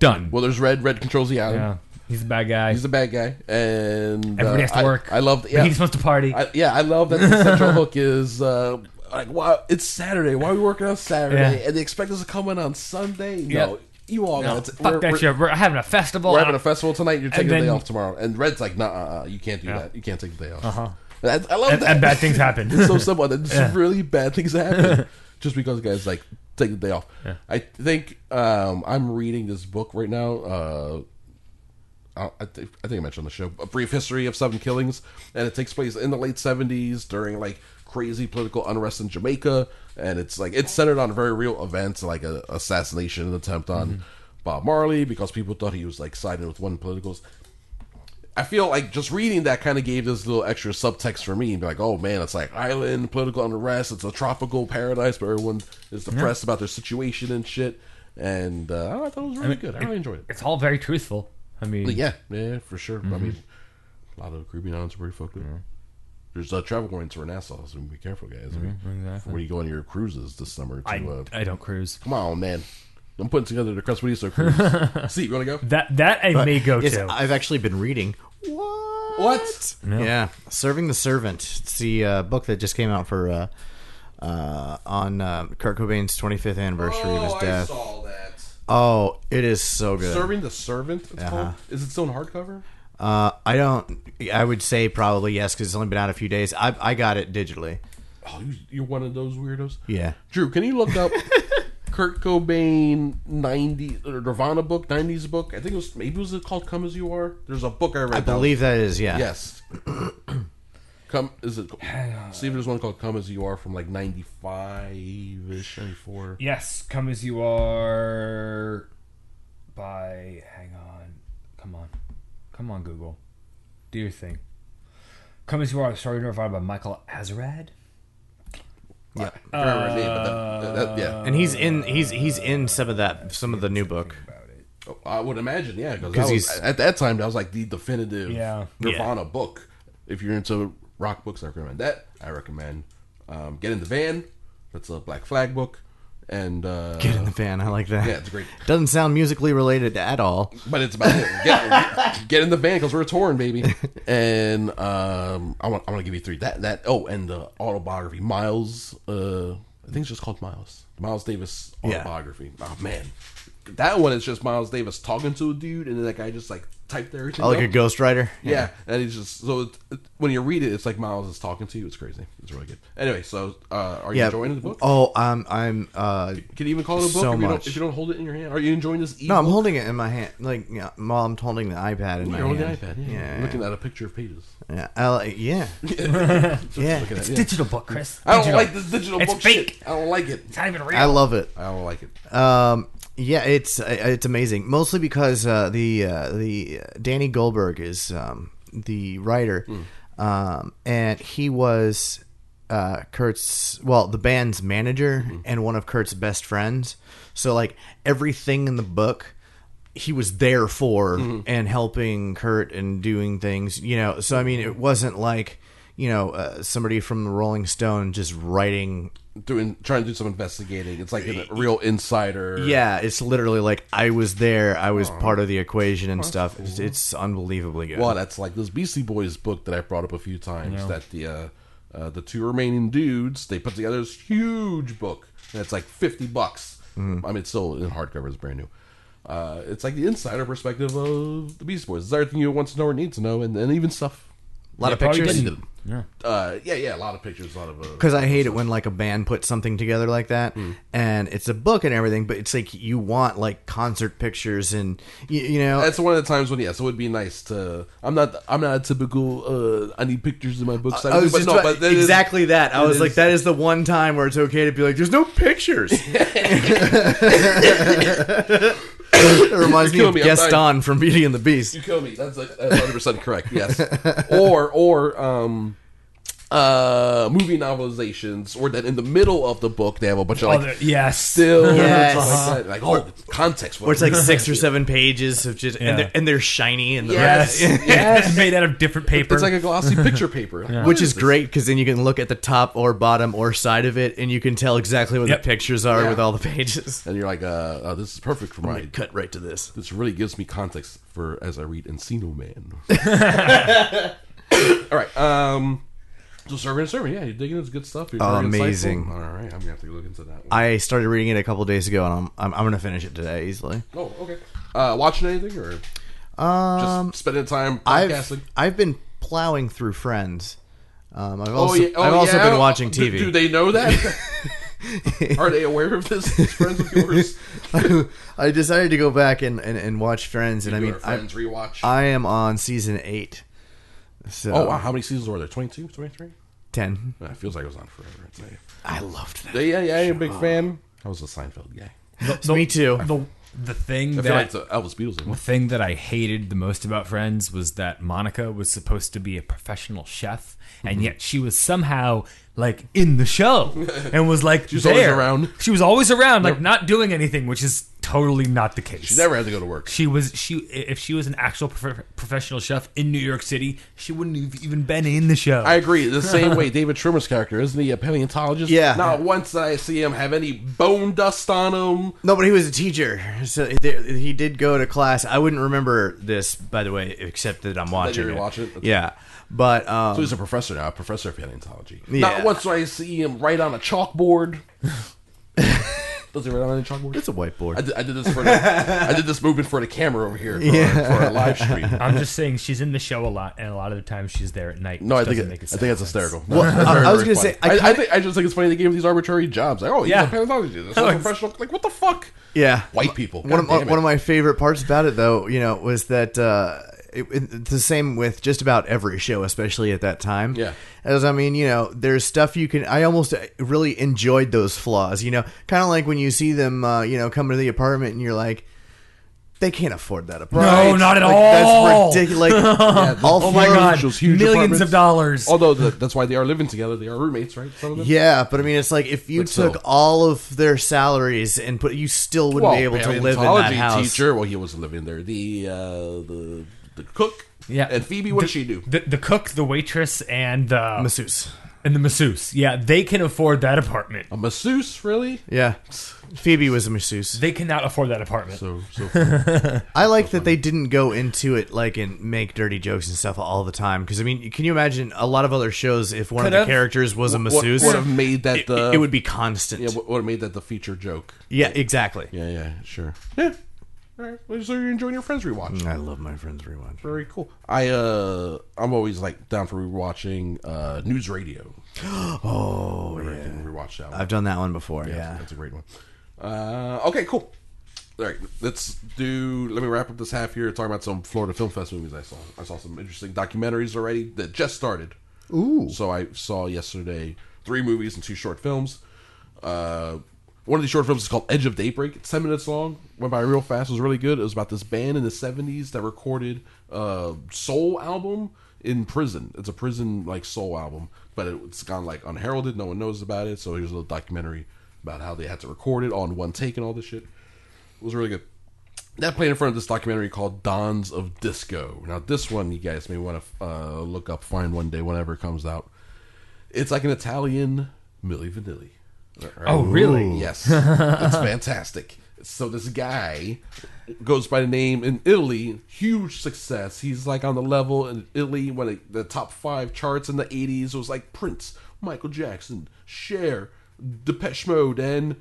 done.
well, there's red. Red controls the island.
yeah, he's a bad guy.
He's a bad guy, and uh,
Everybody has to
I-
work.
I love.
But
Yeah,
he's supposed to party.
I, yeah, I love that the central hook is uh, like, wow, it's Saturday. Why are we working on Saturday?
Yeah.
And they expect us to come in on Sunday. No,
Yeah.
you all
No,
know. It's,
fuck
we're,
that
we're,
shit. We're having a festival.
we're having a
Uh,
festival tonight. You're taking
then-
the day off tomorrow. And Red's like, nah, uh, uh, you can't do
Yeah.
that. You can't take the day off. Uh-huh. I love
and,
that.
and bad things happen.
it's so someone that just
Yeah.
really bad things happen just because guys like take the day off. I think um, I'm reading this book right now. Uh, I, I think I think I mentioned on the show a brief history of seven killings, and it takes place in the late '70s during like crazy political unrest in Jamaica, and it's like it's centered on very real events like a assassination attempt on Bob Marley because people thought he was like siding with one politicals. I feel like just reading that kind of gave this little extra subtext for me and be like, oh man, it's like island, political unrest, it's a tropical paradise, but everyone is depressed about their situation and shit. And uh, I thought it was really good. I really enjoyed it.
it's all very truthful. I mean,
But yeah, yeah, for sure. I mean, a lot of Caribbean islands are pretty fucked up. There's uh, travel warnings for Nassau, so be careful, guys. I mean, when you go on your cruises this summer, to,
I,
uh,
I don't cruise.
come on, man. I'm putting together the Crest Crestwoodiso cruise. See, you want to go?
That that I may go
Yes,
to.
I've actually been reading. What?
What?
Yeah, Serving the Servant. It's the uh, book that just came out for uh, uh, on uh, Kurt Cobain's 25th anniversary of his death.
Oh, saw that.
Oh, it is so good. Uh-huh.
Serving the Servant, it's called? Is it still in hardcover?
Uh, I don't. I would say probably yes because it's only been out a few days. I I got it digitally.
Oh, you- you're one of those weirdos.
Yeah.
Drew, can you look up Kurt Cobain 90 or Nirvana book, 90s book? I think it was maybe was it called Come As You Are? There's a book I read.
I believe that is yeah.
Yes. Come is it See if there's one called Come As You Are from like 95ish, 94.
Yes, come as you are. By hang on, come on, come on, Google, do your thing. Come as you are. Story Nirvana by Michael Azarad.
Yeah. Very rare name, but that- that- that- yeah.
And he's in he's he's in some of that some of the new book.
I would imagine, yeah, because
'Cause
that was
he's-
at that time that was like the definitive
Yeah.
Nirvana book. If you're into rock books, I recommend that. I recommend um, Get in the Van. That's a Black Flag book, and uh,
Get in the van. I like that.
yeah, it's great.
Doesn't sound musically related at all.
But it's about it. Get, get in the van because we're touring, baby. And um, I want I want to give you three. That that oh, and the autobiography Miles. Uh, I think it's just called Miles. Miles Davis
Yeah.
autobiography. Oh man, that one is just Miles Davis talking to a dude, and then that guy just like typed everything.
I like
up.
a ghostwriter.
Yeah. and he's just so it, it- when you read it, it's like Miles is talking to you. It's crazy. It's really good. Anyway, so uh, are you
Yeah.
enjoying the book?
Oh, I'm I'm uh
Can you even call it a book
So
if, you don't,
much.
if you don't hold it in your hand? Are you enjoying this?
no, I'm
e-book?
holding it in my hand. Like yeah, while I'm holding the iPad in my
You're holding the
hand.
iPad. Yeah,
Yeah.
You're looking at a picture of pages.
Yeah. I like- yeah. yeah.
Look at that, yeah.
Digital book, Chris.
I don't
Digital.
like this digital
It's
book
fake.
shit. I don't like it.
It's not even real.
I love it.
I don't like it.
Um, yeah, it's uh, it's amazing. Mostly because uh, the uh, the uh, Danny Goldberg is um, the writer, um, and he was uh, Kurt's well, the band's manager and one of Kurt's best friends. So like everything in the book, he was there for and helping Kurt and doing things. You know, so I mean, it wasn't like you know uh, somebody from the Rolling Stone just writing.
doing trying to do some investigating. It's like a real insider.
Yeah, it's literally like I was there, I was part of the equation and stuff. It's, it's unbelievably good.
Well, that's like this Beastie Boys book that I brought up a few times. That the uh, uh, the two remaining dudes they put together this huge book that's like fifty bucks.
Mm-hmm.
I mean, it's still in hardcover; it's brand new. Uh, it's like the insider perspective of the Beastie Boys. It's everything you want to know or need to know, and, and even stuff.
a lot of
probably
pictures.
didn't. Yeah.
Uh, yeah, yeah, a lot of pictures, a lot of. Uh,
because I hate it when like a band puts something together like that,
Hmm.
and it's a book and everything, but it's like you want like concert pictures and you, you know,
that's one of the times when yes, it would be nice to. I'm not. I'm not a typical. Uh, I need pictures in my books.
I was
but
just
no,
about-
but that is-
exactly that. I
it
was like,
is-
that is the one time where it's okay to be like, there's no pictures. it reminds me
killing
of
me, I'm
Gaston from Beauty and the Beast.
You kill me. That's like one hundred percent correct. Yes, or or um, uh, movie novelizations, or that in the middle of the book they have a bunch
Oh,
of like
Other- yes.
still
Oh, Yes.
like, that. like oh context.
Where it's like six or
Yeah.
seven pages of just
Yeah.
and they're and they're shiny and they're
Yes. yes. Made out of different paper.
It's like a glossy picture paper, What
Which is great because then you can look at the top or bottom or side of it, and you can tell exactly what
Yep.
the pictures are
Yeah.
with all the pages.
And you're like, uh, uh, this is perfect for my.
Cut right to this.
This really gives me context for as I read Encino Man. All right. Um, so Servant and Servant, yeah, you're digging this good stuff. You're very insightful.
Amazing.
All right, I'm gonna have to look into that one.
I started reading it a couple days ago, and I'm I'm, I'm gonna finish it today easily.
Oh, okay. Uh, watching anything or um, just spending time podcasting?
I've I've been plowing through Friends. Um, I've
oh,
also
yeah. oh,
I've also
yeah?
been watching
Do-
TV.
Do, they know that? Are they aware of this? These friends of yours?
I decided to go back and, and, and watch Friends, and I mean
Your
I,
friends rewatch.
I am on season eight. So
oh, wow. How many seasons were there? 22, 23?
ten.
Nah, it feels like it was on forever. I'd say.
I loved that.
Yeah, yeah, yeah. I'm a big fan. I was a Seinfeld guy.
me too.
The, the thing
I
that
feel like it's a Elvis Beatles.
The
Thing.
thing that I hated the most about Friends was that Monica was supposed to be a professional chef,
Mm-hmm.
and yet she was somehow like in the show and was like
was always
there.
around.
She was always around, like not doing anything, which is totally not the case.
She never had to go to work.
She was she if she was an actual prof- professional chef in New York City, she wouldn't have even been in the show.
I agree. The same way David Trimmer's character isn't he a paleontologist?
Yeah.
Not once did I see him have any bone dust on him.
No, but he was a teacher, so there, he did go to class. I wouldn't remember this, by the way, except that I'm watching
you
it.
watch it?
Yeah, but um,
So he's a professor now, a professor of paleontology.
Yeah.
Not once do I see him write on a chalkboard. Does he write on any chalkboard?
it's a
I
whiteboard.
did, I did this for the, I did this movement for the camera over here for, our, for our live stream.
I'm just saying she's in the show a lot, and a lot of the time she's there at night.
No, I
which
think
doesn't
it, I
make a
think that's
sense.
hysterical.
I- I was gonna say, I
I, I,
kinda-
think I just think it's funny they gave him these arbitrary jobs. Like, oh, he's
Yeah.
a paleontologist. This is a professional. Like, what the fuck?
Yeah,
White people.
one of,
God
my,
damn
one
it.
of my favorite parts about it though you know was that uh it, it- the same with just about every show especially at that time
Yeah.
as i mean you know there's stuff you can i almost uh, really enjoyed those flaws you know kind of like when you see them uh you know come to the apartment and you're like they can't afford that apartment.
not at
Like,
all.
That's ridiculous. Like, all
Oh my
four of
god,
those huge
millions
apartments.
of dollars.
Although the, that's why they are living together. They are roommates, right? Some of them.
Yeah, but I mean, it's like if you
But
took
still.
all of their salaries and put, you still wouldn't be able to live in that
paleontology
house.
Teacher, well, he was living there. The uh, the the cook.
Yeah.
And Phoebe, what did she do?
The, the cook, the waitress, and the
Masseuse.
and the masseuse. Yeah, they can afford that apartment.
A masseuse, really?
Yeah, Phoebe was a masseuse.
They cannot afford that apartment.
So so
I like that they didn't go into it like and make dirty jokes and stuff all the time. Because I mean, can you imagine a lot of other shows if one
Could
of the
have.
characters was a
what
masseuse?
would have made that
it,
the
it would be constant.
yeah
Yeah,
what would have made that the feature joke?
exactly.
Yeah, yeah, sure. Yeah. All right. Well, so you're enjoying your friends rewatch.
I love my friends rewatch.
Very cool. I uh, I'm always like down for rewatching uh, News Radio. oh, yeah. Rewatch that. One.
I've done that one before. Yeah,
That's- that's a great one. Uh, okay, cool. All right, let's do. Let me wrap up this half here talking about some Florida Film Fest movies I saw. I saw some interesting documentaries already that just started. Ooh! So I saw yesterday three movies and two short films. Uh, one of these short films is called Edge of Daybreak. It's ten minutes long. Went by real fast. It was really good. It was about this band in the '70s that recorded a soul album in prison. It's a prison like soul album, but it, it's gone like unheralded. No one knows about it. So here's a little documentary about how they had to record it on one take and all this shit. It was really good. That played in front of this documentary called Dons of Disco. Now, this one you guys may want to uh, look up, find one day whenever it comes out. It's like an Italian Milli Vanilli.
Oh, really?
Yes, it's fantastic. So this guy goes by the name in Italy, huge success. He's like on the level in Italy when it, the top five charts in the '80s was like Prince, Michael Jackson, Cher, Depeche Mode, and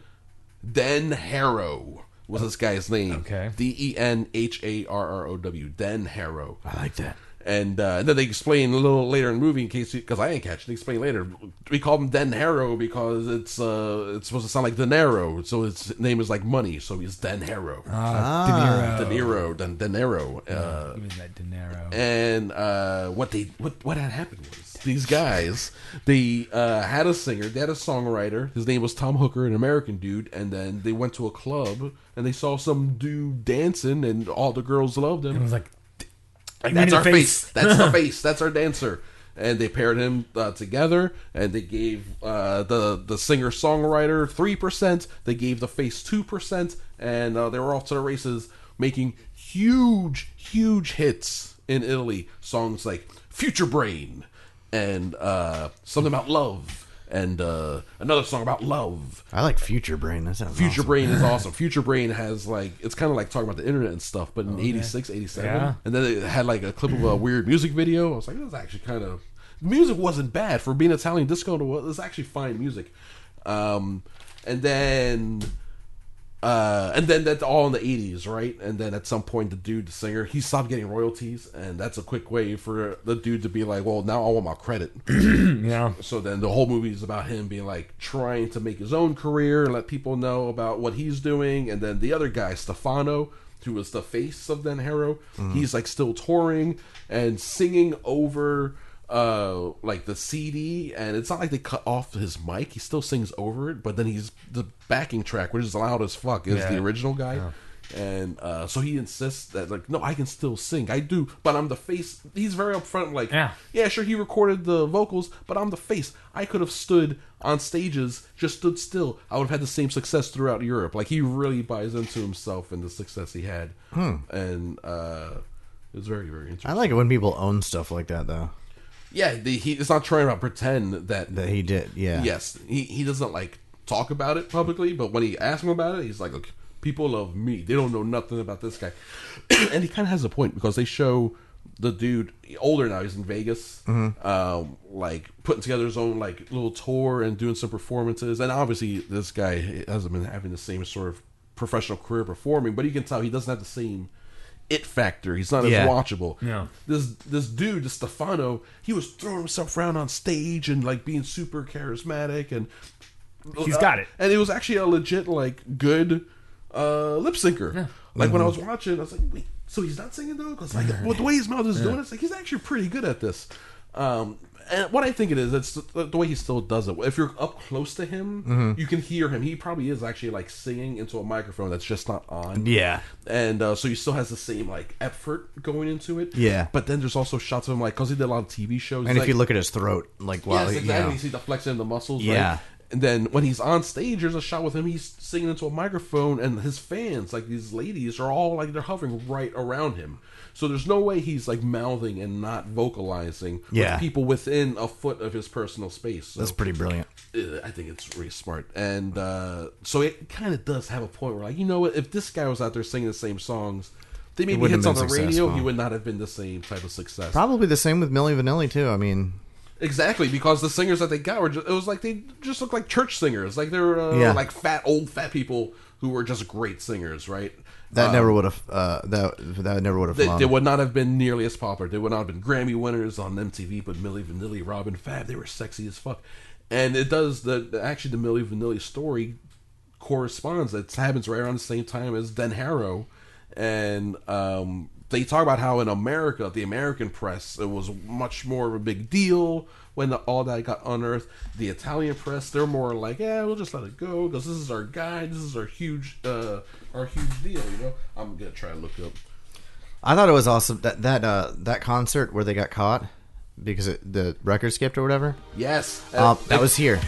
Den Harrow was this guy's name.
Okay.
D E N H A R R O W. Den Harrow.
I like that.
And, uh, and then they explain a little later in the movie in case because I didn't catch it. They explain later. We call him Den Harrow because it's uh it's supposed to sound like Denaro, so his name is like money, so he's Den Harrow.
Ah.
De Niro, Den Denaro. Uh,
Give me that dinero.
and uh, what they what what had happened was these guys they uh, had a singer, they had a songwriter. His name was Tom Hooker, an American dude. And then they went to a club and they saw some dude dancing, and all the girls loved him.
I was like,
Like,
mean
that's
the
our face.
face.
That's our face. That's our dancer. And they paired him uh, together, and they gave uh, the the singer songwriter three percent. They gave the face two percent, and uh, they were off to the races, making huge, huge hits in Italy. Songs like "Future Brain" and uh, something about love, and uh, another song about love.
I like Future Brain. That sounds
Future
awesome.
Brain is awesome. Future Brain has like it's kind of like talking about the internet and stuff, but in '86, '87,
Yeah.
and then it had like a clip of a weird music video. I was like, this is actually kind of music wasn't bad for being Italian disco. It was actually fine music. Um, and then uh, and then that's all in the 80s, right? And then at some point, the dude, the singer, he stopped getting royalties, and that's a quick way for the dude to be like, well, now I want my credit.
yeah.
So then the whole movie is about him being like trying to make his own career and let people know about what he's doing. And then the other guy, Stefano, who was the face of Den Harrow,
Mm-hmm.
he's like still touring and singing over uh like the CD and it's not like they cut off his mic he still sings over it but then he's the backing track which is loud as fuck is the
Yeah.
original guy and uh so he insists that like no I can still sing I do but I'm the face he's very upfront like
Yeah.
yeah, sure, he recorded the vocals, but I'm the face. I could have stood on stages, just stood still. I would have had the same success throughout Europe. Like, he really buys into himself and the success he had. And uh, it was very, very interesting.
I like it when people own stuff like that, though.
Yeah, the, he, it's not trying to pretend that,
That he did. Yeah.
yes, he, he doesn't, like, talk about it publicly, but when he asks him about it, he's like, look, people love me. They don't know nothing about this guy. and he kind of has a point because they show the dude older now he's in vegas
Mm-hmm.
um, like putting together his own like little tour and doing some performances and obviously this guy hasn't been having the same sort of professional career performing but you can tell he doesn't have the same it factor he's not
Yeah.
as watchable
Yeah.
this this dude this stefano he was throwing himself around on stage and like being super charismatic and
He's got it.
and it was actually a legit like good uh lip syncer like when i was watching i was like wait so he's not singing though because like with the way his mouth is doing it, it's like he's actually pretty good at this um and what i think it is it's the, the way he still does it if you're up close to him you can hear him he probably is actually like singing into a microphone that's just not on
Yeah.
and uh, so he still has the same like effort going into it
Yeah.
but then there's also shots of him like because he did a lot of tv shows
And
like-
if you look at his throat, like while
yes,
he,
exactly.
you
You
know,
see the flexion of the muscles.
Yeah.
Right? And then when he's on stage, there's a shot with him. He's singing into a microphone, and his fans, like these ladies, are all like they're hovering right around him. So there's no way he's like mouthing and not vocalizing
Yeah.
with people within a foot of his personal space. So
that's pretty brilliant.
uh, I think it's really smart. And uh, so it kind of does have a point where, like, you know what? If this guy was out there singing the same songs, they maybe
wouldn't
hits on
have
the radio,
been
he
successful.
would not have been the same type of success.
Probably the same with Milli Vanilli too. I mean,
Exactly, because the singers that they got were just, it was like they just looked like church singers, like they were uh,
Yeah.
like fat old fat people who were just great singers, right?
that
Uh,
never would have. Uh, that that never would have.
They,
flown.
they would not have been nearly as popular. They would not have been Grammy winners on MTV, but Millie Vanilli, Robin Fab, they were sexy as fuck. And it does the the- actually the Millie Vanilli story corresponds. It happens right around the same time as Den Harrow, and um, they talk about how in America, the American press, it was much more of a big deal when the, all that got unearthed. The Italian press, they're more like, yeah, we'll just let it go because this is our guy, this is our huge, uh, our huge deal. You know, I'm gonna try to look up.
I thought it was awesome that that uh, that concert where they got caught. because it, the record skipped or whatever.
Yes,
Uh,
Uh,
that was Uh-huh. here.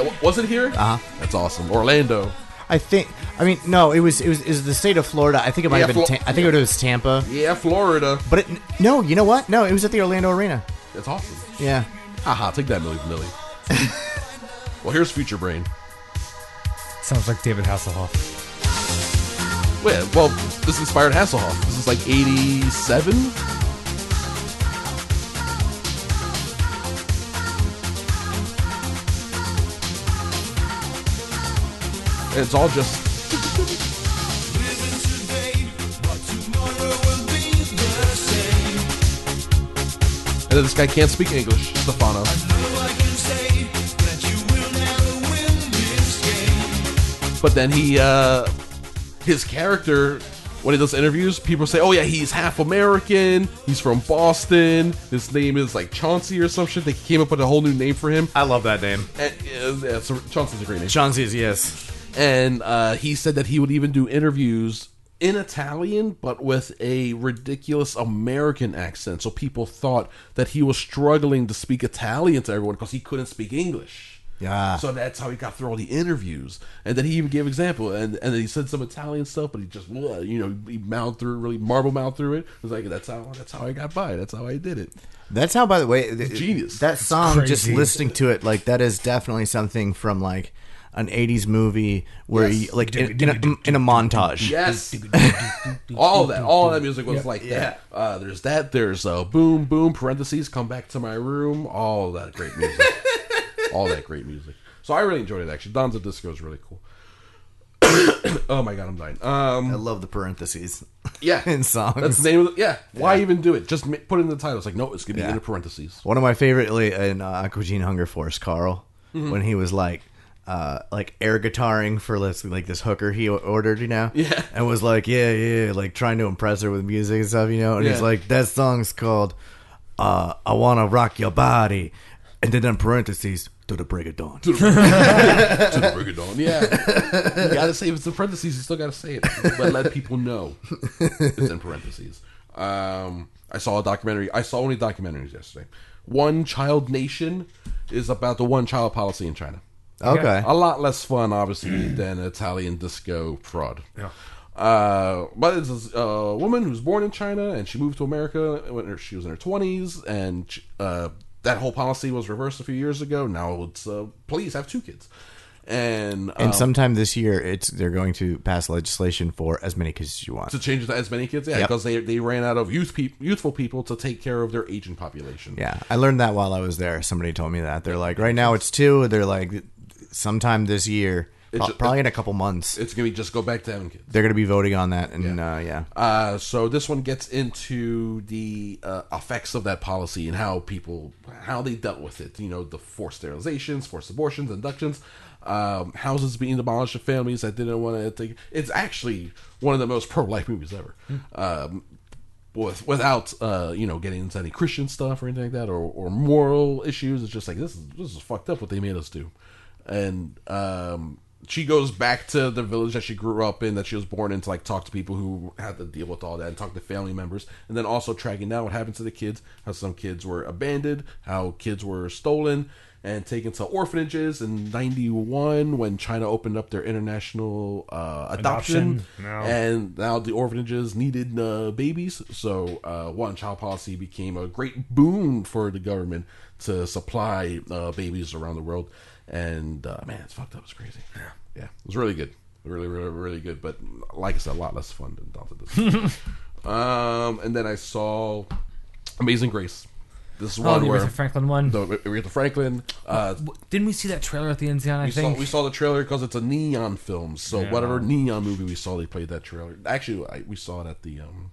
uh, was it here? Uh huh. That's awesome, Orlando.
I think. I mean, no, it was it was, it was the state of Florida. I think it might
Yeah,
have been.
Flo-
Ta- I think it was Tampa.
Yeah, Florida.
But it, no, you know what? No, it was at the Orlando Arena.
That's awesome.
Yeah.
Haha, take that, Millie. Millie. well, here's Future Brain.
Sounds like David Hasselhoff.
Wait, well, this inspired Hasselhoff. This is like 87? It's all just. And then this guy can't speak English, Stefano. But then he, uh, his character when he does interviews, people say, "Oh yeah, he's half American. He's from Boston. His name is like Chauncey or some shit." They came up with a whole new name for him.
I love that name.
And, uh, yeah, so Chauncey's a great name.
Chauncey's yes.
And uh, he said that he would even do interviews in Italian, but with a ridiculous American accent, so people thought that he was struggling to speak Italian to everyone because he couldn't speak English.
Yeah.
So that's how he got through all the interviews, and then he even gave example, and and then he said some Italian stuff, but he just bleh, you know he mouthed through really marble mouthed through it. It was like that's how that's how I got by. That's how I did it.
That's how. By the way, th-
Genius.
That song, just
crazy.
listening to it, like that is definitely something from like an '80s movie where
Yes.
you like in, in, a, in a montage.
Yes, all that, all that music was like that. Uh, there's that. There's uh, boom, boom. Parentheses, come back to my room. All that great music. all that great music. So I really enjoyed it actually. Don's of Disco is really cool. oh my god, I'm dying. Um,
I love the parentheses.
yeah,
in songs.
That's the name of the, yeah. Why even do it? Just ma- put it in the title. It's like no, it's gonna be
Yeah.
in parentheses.
One of my favorite like, in uh, Aqua Teen Hunger Force, Carl, when he was like, uh, like air guitaring for this, like this hooker he o- ordered, you know,
Yeah.
and was like, yeah, yeah, like trying to impress her with music and stuff, you know, and he's
Yeah.
like, that song's called uh, "I Wanna Rock Your Body," and then in parentheses to the break of dawn.
to the break of dawn. Yeah, you gotta say if it's in parentheses, you still gotta say it, but let people know it's in parentheses. Um, I saw a documentary. I saw only documentaries yesterday. One Child Nation is about the one child policy in China.
Okay, Mm.
A lot less fun, obviously, than Italian disco prod. Yeah. Uh, but it's this uh, woman who was born in China and she moved to America when her, she was in her 20s, and she- uh, that whole policy was reversed a few years ago. Now it's uh, please have two kids. And,
and
um,
sometime this year, it's they're going to pass legislation for as many kids as you want.
to change it to as many kids, yeah,
Yep.
because they, they ran out of youth peop youthful people to take care of their aging population.
Yeah, I learned that while I was there. Somebody told me that. They're like, right now it's two. They're like, sometime this year,
It's-
pro- probably in a couple months,
It's gonna be just go back to having kids.
they're going to be voting on that. And yeah. Uh, yeah.
Uh, so this one gets into the uh, effects of that policy and how people how they dealt with it. You know, the forced sterilizations, forced abortions, inductions, um, houses being demolished of families that didn't want to take. It's actually one of the most pro life movies ever. Um, with, without uh, you know getting into any Christian stuff or anything like that or, or moral issues. It's just like this is this is fucked up what they made us do, and um, she goes back to the village that she grew up in that she was born in to like talk to people who had to deal with all that and talk to family members, and then also tracking down what happened to the kids, how some kids were abandoned, how kids were stolen. And taken to orphanages in '91 when China opened up their international uh, adoption,
Adoption, no.
and now the orphanages needed uh, babies, so uh, one child policy became a great boon for the government to supply uh, babies around the world. And uh, man, it's fucked up. It's crazy. Yeah, yeah, it was really good, really, really, really good. But like I said, a lot less fun than Delta. Disney. um, and then I saw Amazing Grace. This
Oh,
one
the
where
Aretha Franklin one.
the Aretha Franklin. Uh,
Didn't we see that trailer at the NCN? I
we saw,
think
we saw the trailer because it's a neon film. So whatever neon movie we saw, they played that trailer. Actually, I, we saw it at the um,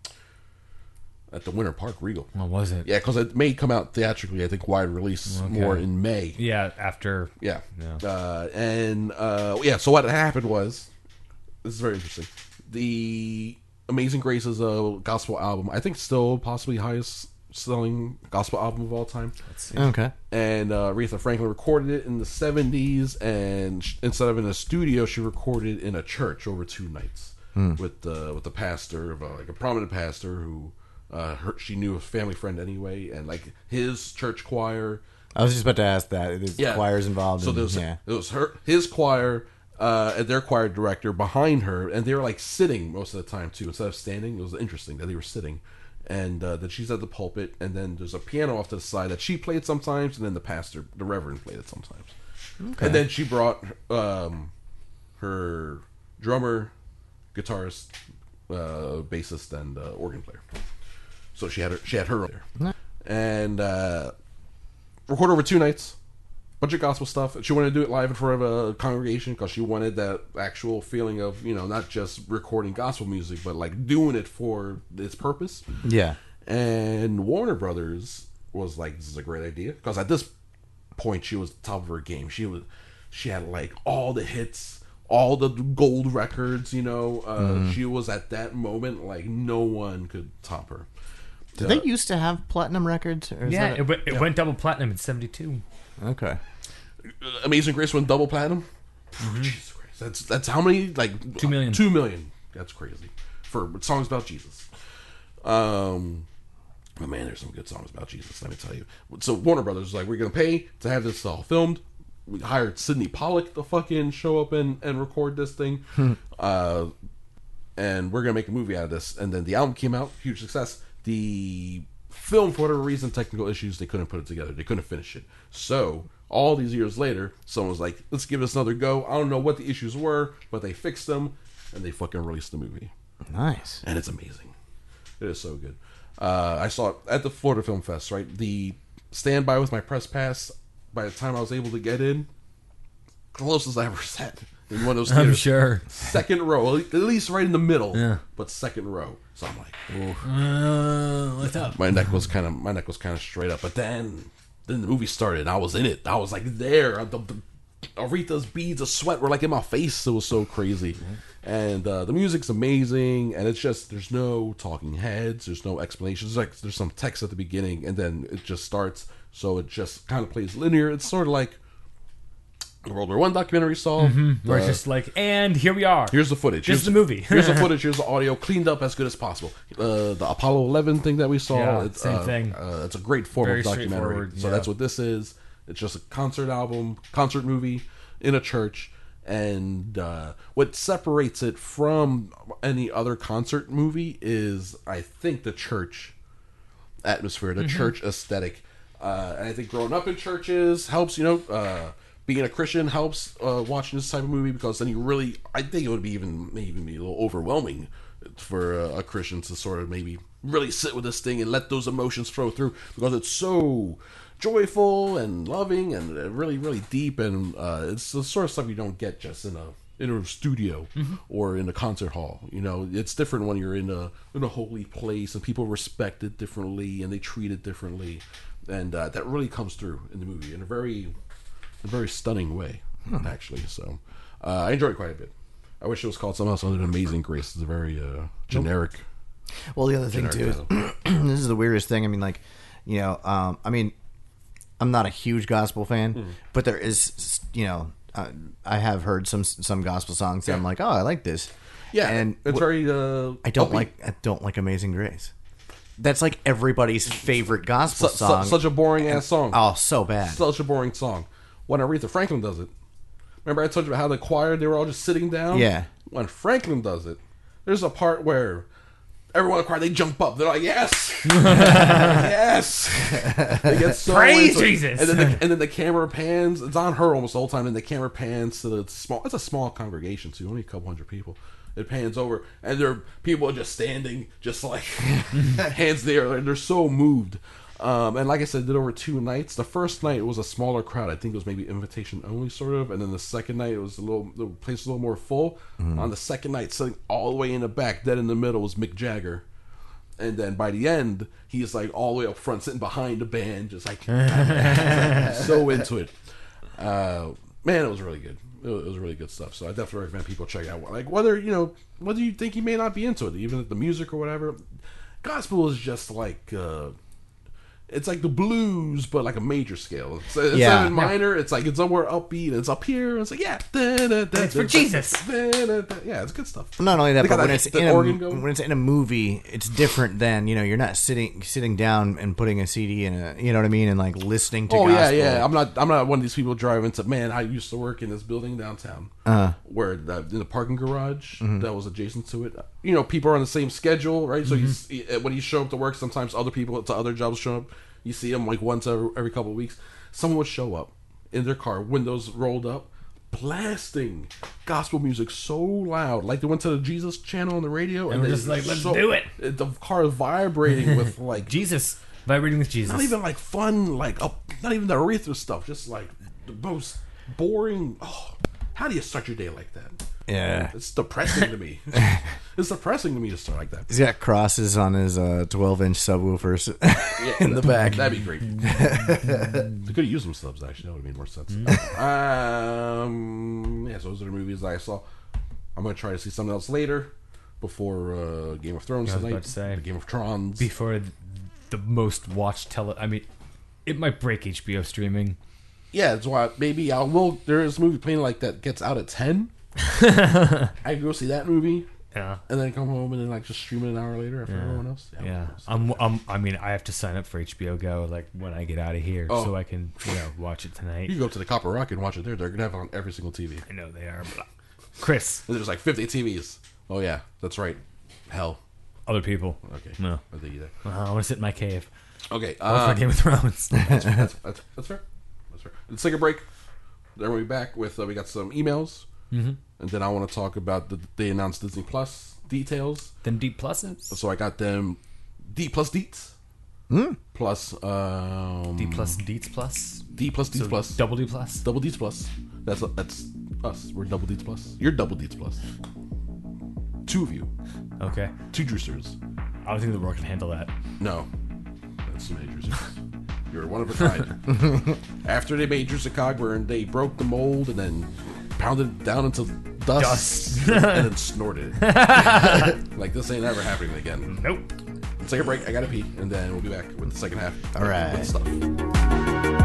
at the Winter Park Regal.
What was it?
Yeah, because it may come out theatrically. I think wide release more in May.
Yeah, after.
Yeah. Uh, and uh, yeah, so what happened was this is very interesting. The Amazing Grace is a gospel album. I think still possibly highest selling gospel album of all time
Okay.
and uh, Aretha Franklin recorded it in the 70s. And sh- instead of in a studio, she recorded in a church over two nights with the with the pastor of uh, like a prominent pastor who Uh, her, she knew a family friend anyway, and like his church choir.
I was just about to ask that. There's
Yeah.
choirs involved.
So
and-
there was,
yeah.
it was her, his choir, uh, and their choir director behind her, and they were like sitting most of the time too, instead of standing. It was interesting that they were sitting, and uh, then she's at the pulpit, and then there's a piano off to the side that she played sometimes, and then the pastor, the reverend, played it sometimes, and then she brought um, her drummer, guitarist, uh, bassist, and uh, organ player. So she had her, she had her there, and uh, recorded over two nights bunch of gospel stuff. She wanted to do it live in front of a congregation because she wanted that actual feeling of you know not just recording gospel music, but like doing it for its purpose.
Yeah.
And Warner Brothers was like, "This is a great idea," because at this point she was top of her game. She was, she had like all the hits, all the gold records. You know, uh,
Mm-hmm.
she was at that moment like no one could top her.
Did they used to have platinum records? Or is
Yeah,
that
it, went, it went double platinum in '72.
okay.
Amazing Grace went double platinum. Jesus Christ, that's that's how many like
Mm-hmm. Two million.
Two million. That's crazy for songs about Jesus. Um, but man, there's some good songs about Jesus. Let me tell you. So Warner Brothers was like, we're gonna pay to have this all filmed. We hired Sidney Pollock to fucking show up and and record this thing.
Hmm.
uh, and we're gonna make a movie out of this. And then the album came out, huge success. The film, for whatever reason, technical issues, they couldn't put it together. They couldn't finish it. So all these years later, someone's like, "Let's give this another go." I don't know what the issues were, but they fixed them, and they fucking released the movie,
Nice.
and it's amazing. It is so good. Uh, I saw it at the Florida Film Fest. Right, the standby with my press pass. By the time I was able to get in, closest I ever sat in one of those.
I'm
theaters
sure.
second row, at least right in the middle.
Yeah.
But second row. So I'm like,
Uh, what's up?
my neck was kind of my neck was kind of straight up. But then, then the movie started. and I was in it. I was like there. Uh, The, the, Aretha's beads of sweat were like in my face. It was so crazy. And uh, the music's amazing. And it's just there's no talking heads. There's no explanations. Like there's some text at the beginning, and then it just starts. So it just kind of plays linear. It's sort of like the World War One documentary saw.
Mm-hmm.
Where it's just like, and here we are.
Uh, Here's the footage.
This
here's
is the movie.
here's the footage. Here's the audio, cleaned up as good as possible. Uh, the Apollo 11 thing that we saw.
Yeah,
it's,
same
uh,
thing.
Uh, it's a great form
Very
of documentary.
straightforward,
So
yeah.
that's what this is. It's just a concert album, concert movie in a church. And uh, what separates it from any other concert movie is, I think, the church atmosphere, the church aesthetic. Uh, and I think growing up in churches helps, you know, uh, being a Christian helps uh, watching this type of movie because then you really, I think it would be even maybe even be a little overwhelming for a, a Christian to sort of maybe really sit with this thing and let those emotions flow through because it's so joyful and loving and uh, really really deep and uh, it's the sort of stuff you don't get just in a in a studio or in a concert hall. You know, it's different when you're in a in a holy place and people respect it differently and they treat it differently, and uh, that really comes through in the movie in a very a very stunning way, actually. So uh, I enjoyed it quite a bit. I wish it was called something else other than Amazing Grace. It's a very uh, generic.
Well, the other thing too
generic
is
title.
this is the weirdest thing. I mean, like, you know, um, I mean, I'm not a huge gospel fan,
Hmm.
but there is, you know, uh, I have heard some some gospel songs that I'm
Yeah.
like, oh, I like this.
yeah,
and
it's
wh-
very. Uh,
I don't
upbeat.
like I don't like Amazing Grace. That's like everybody's favorite gospel
Su- su-
song.
such a boring ass song.
oh, so bad.
such a boring song. When Aretha Franklin does it, remember I told you about how the choir they were all just sitting down.
Yeah.
When Franklin does it, there's a part where everyone in the choir they jump up. They're like, "Yes, yes!" they get so
Praise
into it.
Jesus.
And then, the, and then the camera pans. It's on her almost the whole time. And the camera pans to the small. It's a small congregation, too. Only a couple hundred people. It pans over, and there are people just standing, just like hands there. They're, they're so moved. Um, and like I said, did over two nights. The first night was a smaller crowd. I think it was maybe invitation only, sort of. And then the second night, it was a little the place was a little more full. On the second night, sitting all the way in the back, dead in the middle, was Mick Jagger and then by the end he's like all the way up front sitting behind the band just like so into it uh, man it was really good it was, it was really good stuff so i definitely recommend people check it out like whether you know whether you think you may not be into it even the music or whatever gospel is just like uh, It's like the blues, but like a major scale. It's, it's
Yeah.
not even minor. It's like it's somewhere upbeat. It's up here. It's like yeah, it's
for Jesus.
Yeah, it's good stuff.
Not only that,
They got
but when
that-
it's
that
in a,
organ going.
when it's in a movie, it's different than you know. You're not sitting sitting down and putting a CD in a you know what I mean and like listening to.
Oh yeah,
gospel.
yeah. I'm not. I'm not one of these people driving to. Man, I used to work in this building downtown,
Uh-huh.
uh, where the, in the parking garage
Mm-hmm.
that was adjacent to it. You know, people are on the same schedule, right? So
Mm-hmm.
you see, eh, when you show up to work, sometimes other people to other jobs show up. You see them like once every, every couple of weeks. Someone would show up in their car, windows rolled up, blasting gospel music so loud, like they went to the Jesus channel on the radio, and,
we're
they-
just like, "Let's
so- eh,
do it."
The car is vibrating with like
Jesus, vibrating with Jesus.
not even like fun, like up, not even the Aretha stuff. Just like the most boring. Oh, how do you start your day like that?
yeah.
It's depressing to me. it's depressing to me to start like that.
He's got crosses on his uh, 12 inch subwoofers in the back.
That'd be great. they could have used some subs actually. That would have made more sense. um, yeah. So those are the movies I saw. I'm gonna try to see something else later before uh, Game of Thrones
was
tonight.
about to say.
The Game of Trons.
before th- the most watched tele. I mean, it might break HBO streaming.
yeah, that's why maybe I will. There is a movie playing like that gets out at ten. I can go see that movie.
Yeah.
and then come home and then like just stream it an hour later after everyone else.
Yeah, I'm, I'm. I mean, I have to sign up for HBO Go like when I get out of here,
Oh.
so I can you know watch it tonight.
You can go up to the Copper Rock and watch it there. They're gonna have it on every single TV.
I know they are. But uh, Chris,
And there's like 50 TVs. Oh yeah, that's right. Hell.
other people.
Okay.
No,
I think you did.
Uh, I want to sit in my cave.
Okay.
Watch
Uh,
my Game of Thrones.
that's, that's, that's fair. That's fair. Let's take a break. Then we'll be back with uh, we got some emails, mm-hmm. and then I want to talk about the they announced Disney Plus details.
Them deep pluses.
So I got them D plus deets. Plus um,
D plus deets plus.
D plus deets
So
plus
Double D plus.
Double D's plus. That's that's us. We're double D's plus. You're double D's plus. Two of you.
Okay.
Two juicers.
I don't think the world can handle that.
No. That's too many juicers. You're one of a kind. After they made Juice of Cogburn, they broke the mold and then pounded it down into dust,
Dust.
and then snorted it. like this ain't ever happening again.
Nope.
Let's take a break. I gotta pee, and then we'll be back with the second half.
All right.
With stuff.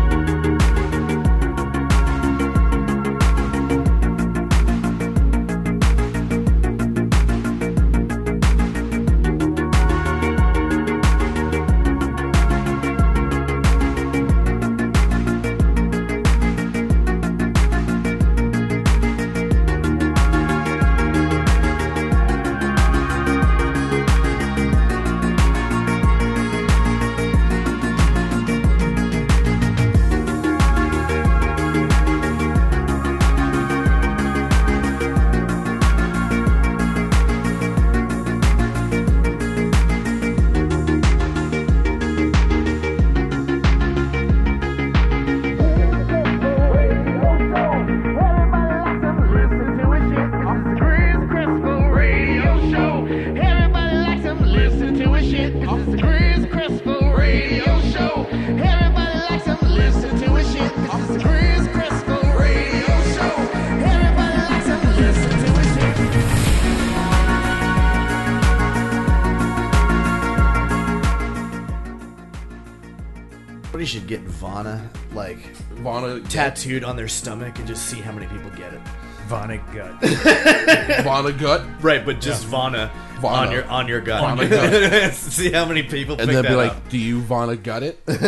Somebody should get Vana like
Vana,
tattooed on their stomach and just see how many people get it.
Vonic gut.
Vana gut,
Right, but just Vana,
Vana.
on your on your gut.
Vana gut.
see how many people
and
pick
then
that
be like,
up.
"Do you wanna gut it?" Ba-doom.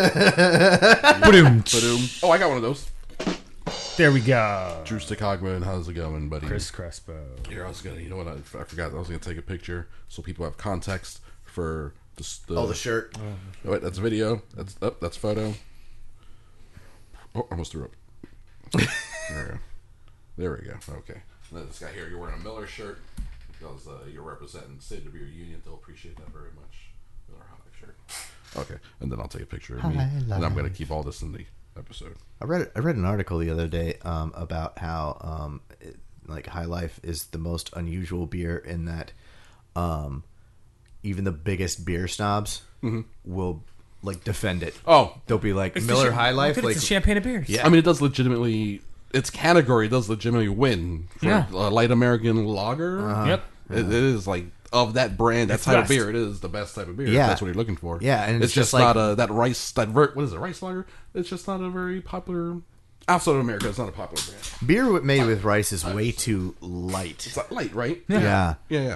oh, I got one of those.
there we go.
Drew Stickogman, how's it going, buddy?
Chris Crespo.
Here, I was gonna. You know what? I, I forgot. I was gonna take a picture so people have context for the. s- the
Oh, the shirt.
Oh, wait, that's video. That's up. that's photo. Oh, I almost threw up. there we go. There we go. Okay. Now This guy here, you're wearing a Miller shirt because uh, you're representing Save the Beer Union. They'll appreciate that very much. Miller High shirt. Okay, and then I'll take a picture of me, and I'm gonna keep all this in the episode.
I read I read an article the other day um, about how um, it, like High Life is the most unusual beer in that um, even the biggest beer snobs will like defend it.
Oh,
They'll be like Miller High Life,
Look at it,
like
it's a champagne of beers.
Yeah.
I mean, it does legitimately. Its category does legitimately win for
Yeah.
a light American lager.
Yep.
It, it is like of that brand, that
It's
type
best.
of beer, it is the best type of beer.
Yeah.
if that's what you're looking for.
Yeah, and
it's,
it's
just,
just like-
not a that rice that ver- what is it rice lager? It's just not a very popular outside of America. It's not a popular brand.
Beer wi- made with rice is way too light.
It's like light, right?
Yeah,
yeah, yeah.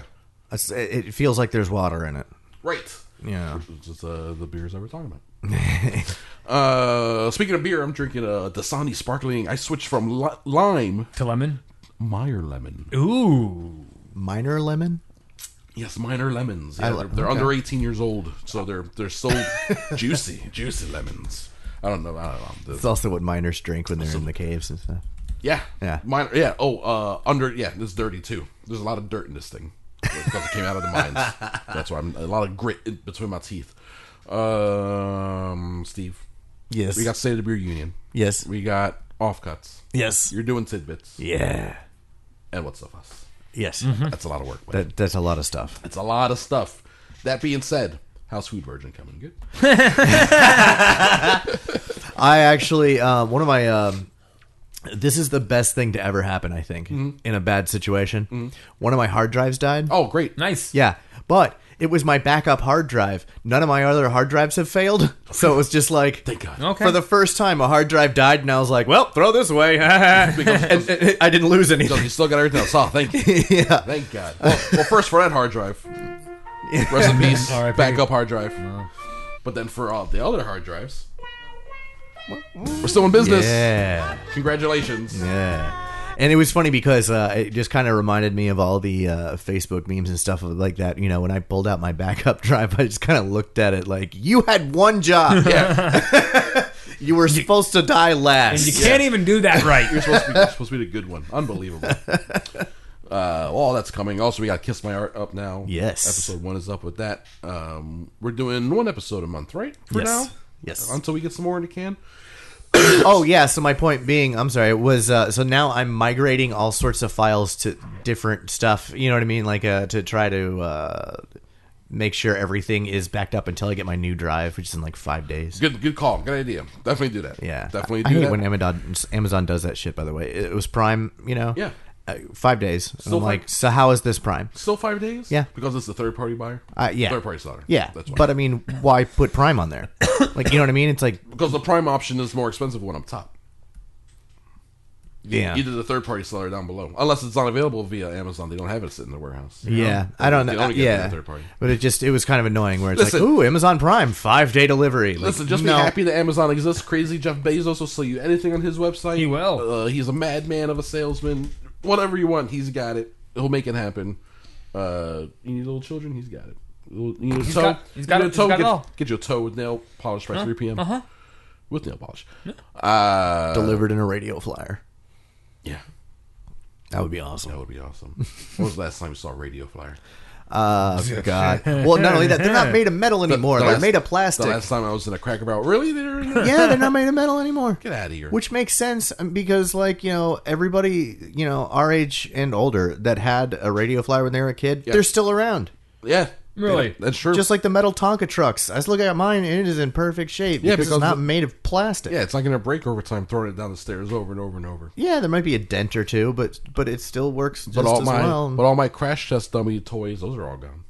It's- it it feels like there's water in it.
right.
Yeah.
Which is uh, the beers I was talking about. uh, speaking of beer, I'm drinking a Dasani sparkling. I switched from li- lime
To lemon.
Meyer lemon.
Ooh.
Minor lemon.
Yes, Minor lemons. Yeah,
I li-
they're, they're
okay.
under 18 years old, so they're they're so juicy, juicy lemons. I don't know. I don't know.
It's also what miners drink when they're in the caves and stuff.
Yeah.
Yeah.
Minor, yeah. Oh, uh, under. Yeah, this is dirty too. There's a lot of dirt in this thing. Because it came out of the mines. That's why I'm a lot of grit in between my teeth. Um, Steve.
Yes.
We got State of the Beer Union.
Yes.
We got offcuts.
yes.
You're doing tidbits.
Yeah.
And what's up us?
Yes.
Mm-hmm.
That's a lot of work. But
Hmm. That that's a lot of stuff.
it's a lot of stuff. That being said, how's Food Virgin coming? Good.
I actually um, one of my um, this is the best thing to ever happen. I think
Mm-hmm.
in a bad situation, one of my hard drives died.
Oh, great.
Nice.
Yeah, but it was my backup hard drive. None of my other hard drives have failed, so it was just like
Thank God.
Okay.
For the first time, a hard drive died, and I was like, "Well, throw this away." and, and- and I didn't lose
So
anything.
you still got everything else. Oh, thank you.
yeah,
Thank God. Well, well, first for that hard drive. Rest in peace.
R.I.P.
Backup hard drive. But then for all the other hard drives, we're still in business.
yeah,
Congratulations.
yeah. And it was funny because uh, it just kind of reminded me of all the uh, Facebook memes and stuff like that. You know, when I pulled out my backup drive, I just kind of looked at it like, "You had one job.
Yeah.
You were supposed to die
And you
last."
can't even do that right.
You're supposed to be, you're supposed to be the good one. Unbelievable. Uh, all that's coming. Also, we got Kiss My Art up now.
Yes.
Episode one is up with that. Um, we're doing one episode a month, right? For
Yes.
now?
Yes.
Until we get some more in the can?
Oh yeah. So my point being, I'm sorry, it was uh, so now I'm migrating all sorts of files to different stuff. You know what I mean? Like uh, to try to uh, make sure everything is backed up until I get my new drive, which is in like five days.
Good good call. Good idea. Definitely do that.
Yeah,
Definitely
I, I
do
hate
that.
when Amazon Amazon does that shit. By the way, it, it was Prime. You know.
Yeah.
Uh, five days. And I'm
five-
like, so how is this Prime?
Still five days?
Yeah.
Because it's the third party buyer?
Uh, yeah.
Third party seller.
Yeah,
That's why.
but I mean, why put Prime on there? like, you know what I mean? It's like,
because the prime option is more expensive one up top.
yeah,
Either the third party seller down below. Unless it's not available via Amazon. They don't have it sitting in the warehouse.
Yeah, I don't
They
know.
only get it in
Yeah,
the third party.
but it just it was kind of annoying where it's
Listen.
like, ooh, Amazon Prime five day delivery. Like,
Listen, just
no.
be happy that Amazon exists. Crazy Jeff Bezos will sell you anything on his website.
He will.
Uh, he's a madman of a salesman. Whatever you want, he's got it. He'll make it happen. Uh, you need little children, he's got it. Little- You need a toe.
got- he's got
you need
it-
a
he's
toe,
got it
get,
all.
Get your toe with nail polish by 3 p.m. Uh-huh. With nail polish. Uh,
Delivered in a radio flyer.
yeah,
That would be
that
awesome.
would be awesome. when was the last time you saw a radio flyer?
Uh, God. Well, not only that, they're not made of metal anymore.
The
they're
last-
made of
The
plastic.
last time I was in a Cracker Barrel. Really? They're in
yeah, they're not made of metal anymore.
Get out of here.
Which makes sense um, because, like, you know, everybody, you know, our age and older that had a radio flyer when they were a kid,
Yeah.
they're still around.
yeah.
Really?
That's true.
Just like the metal Tonka trucks. I just look at mine and it is in perfect shape
Yeah,
because,
because
it's not
the-
made of plastic.
yeah, it's not going to break over time throwing it down the stairs over and over and over.
Yeah, there might be a dent or two, but but it still works just
but all
as
my
well.
but all my crash test dummy toys, those are all gone.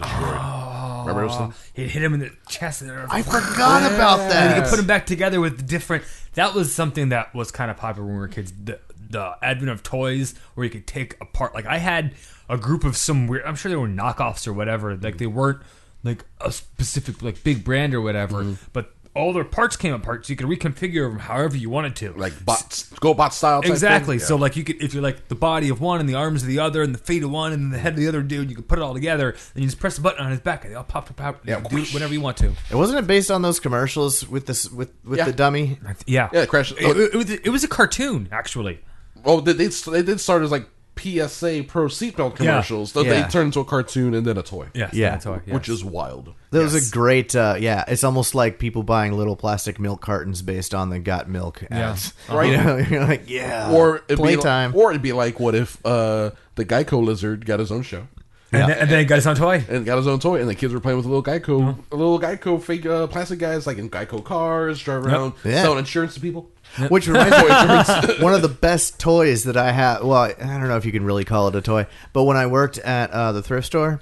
Oh.
Destroyed. Remember those things?
He'd hit him in the chest. And everything.
I forgot about
And you
that.
could put them back together with different. That was something that was kind of popular when we were kids. The, the advent of toys where you could take apart. Like I had a group of some weird. I'm sure they were knockoffs or whatever. Like they weren't like a specific like big brand or whatever.
Mm-hmm.
But all their parts came apart, so you could reconfigure them however you wanted to.
Like bots, go bot style. Type
Exactly.
thing?
So like you could if you're like the body of one and the arms of the other and the feet of one and the head of the other dude, you could put it all together and you just press the button on his back and they all pop up out.
Yeah.
Yeah, do it whenever you want to.
It wasn't it based on those commercials with this with with
Yeah.
the dummy?
Yeah.
Yeah, Crash-
It, it- it was, it was a cartoon actually.
oh, they, they they did start as like PSA pro seatbelt commercials. though
Yeah.
They turned into a cartoon and then a toy.
Yes,
Yeah.
that's all, yes.
which is wild.
That was a great uh, yeah. It's almost like people buying little plastic milk cartons based on the got milk ads.
Right.
You know, you're like yeah.
Uh-huh. Or it'd be
Uh, playtime.
Like, or it'd be like, what if uh, the Geico lizard got his own show?
And, then, and then he got his own toy.
and got his own toy, and the kids were playing with a little Geico,
Uh-huh.
a little Geico fake uh, plastic guys, like in Geico cars, driving around
Yeah.
selling insurance to people.
Which reminds me, one of the best toys that I have. Well, I I don't know if you can really call it a toy, but when I worked at uh, the thrift store,